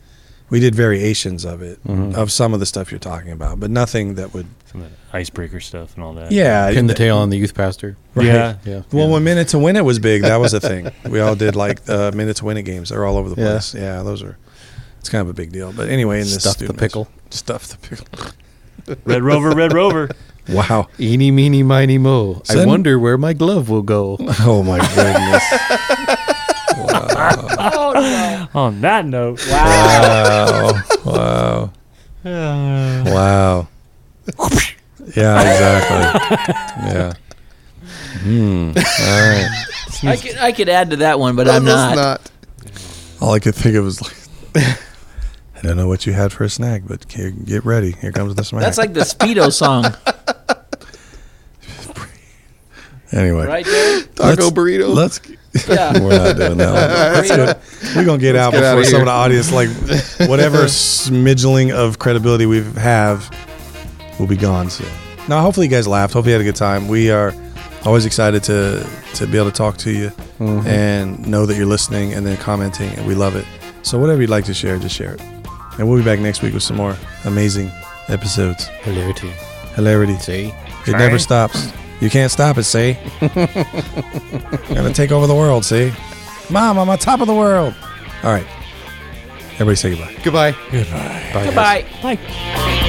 Speaker 3: we did variations of it,
Speaker 4: Mm-hmm.
Speaker 3: of some of the stuff you're talking about, but nothing that would.
Speaker 5: Some of the icebreaker stuff and all that.
Speaker 3: Yeah,
Speaker 4: Pin the tail on the youth pastor.
Speaker 3: right.
Speaker 5: Yeah.
Speaker 4: Yeah.
Speaker 3: Well, when minute to win it was big, that was a thing. we all did like uh, minute to win it games. They're all over the
Speaker 4: Yeah.
Speaker 3: place. Yeah, those are. It's kind of a big deal, but anyway, in this
Speaker 4: Stuff the
Speaker 3: student-
Speaker 4: pickle.
Speaker 3: stuff the pickle.
Speaker 5: Red Rover, Red Rover.
Speaker 3: Wow.
Speaker 4: Eeny, meeny, miny, mo. I
Speaker 3: Send-
Speaker 4: wonder where my glove will go.
Speaker 3: Oh my goodness.
Speaker 5: On that note,
Speaker 3: wow. Wow. Wow. yeah, exactly. Yeah.
Speaker 6: I could, I could add to that one, but I'm not.
Speaker 3: All I could think of was like, I don't know what you had for a snack, but ca- get ready. Here comes the snack.
Speaker 6: That's like the Speedo song,
Speaker 3: anyway,
Speaker 6: right there.
Speaker 3: Taco
Speaker 4: burrito.
Speaker 3: let's.
Speaker 6: Yeah.
Speaker 3: We're not doing that. One. Let's go. We're gonna get out
Speaker 4: get out
Speaker 3: before
Speaker 4: of
Speaker 3: some
Speaker 4: here.
Speaker 3: of the audience, like whatever smidgeling of credibility we have, will be gone soon. Now, hopefully, you guys laughed. Hopefully, you had a good time. We are always excited to to be able to talk to you
Speaker 4: Mm-hmm.
Speaker 3: and know that you're listening and then commenting, and we love it. So, whatever you'd like to share, just share it. And we'll be back next week with some more amazing episodes.
Speaker 5: hilarity.
Speaker 3: Hilarity.
Speaker 4: See?
Speaker 3: It never stops. You can't stop it, see? Gonna take over the world, see? Mom, I'm on top of the world. All right. Everybody say goodbye.
Speaker 4: Goodbye.
Speaker 6: Goodbye.
Speaker 5: Like.
Speaker 7: Thank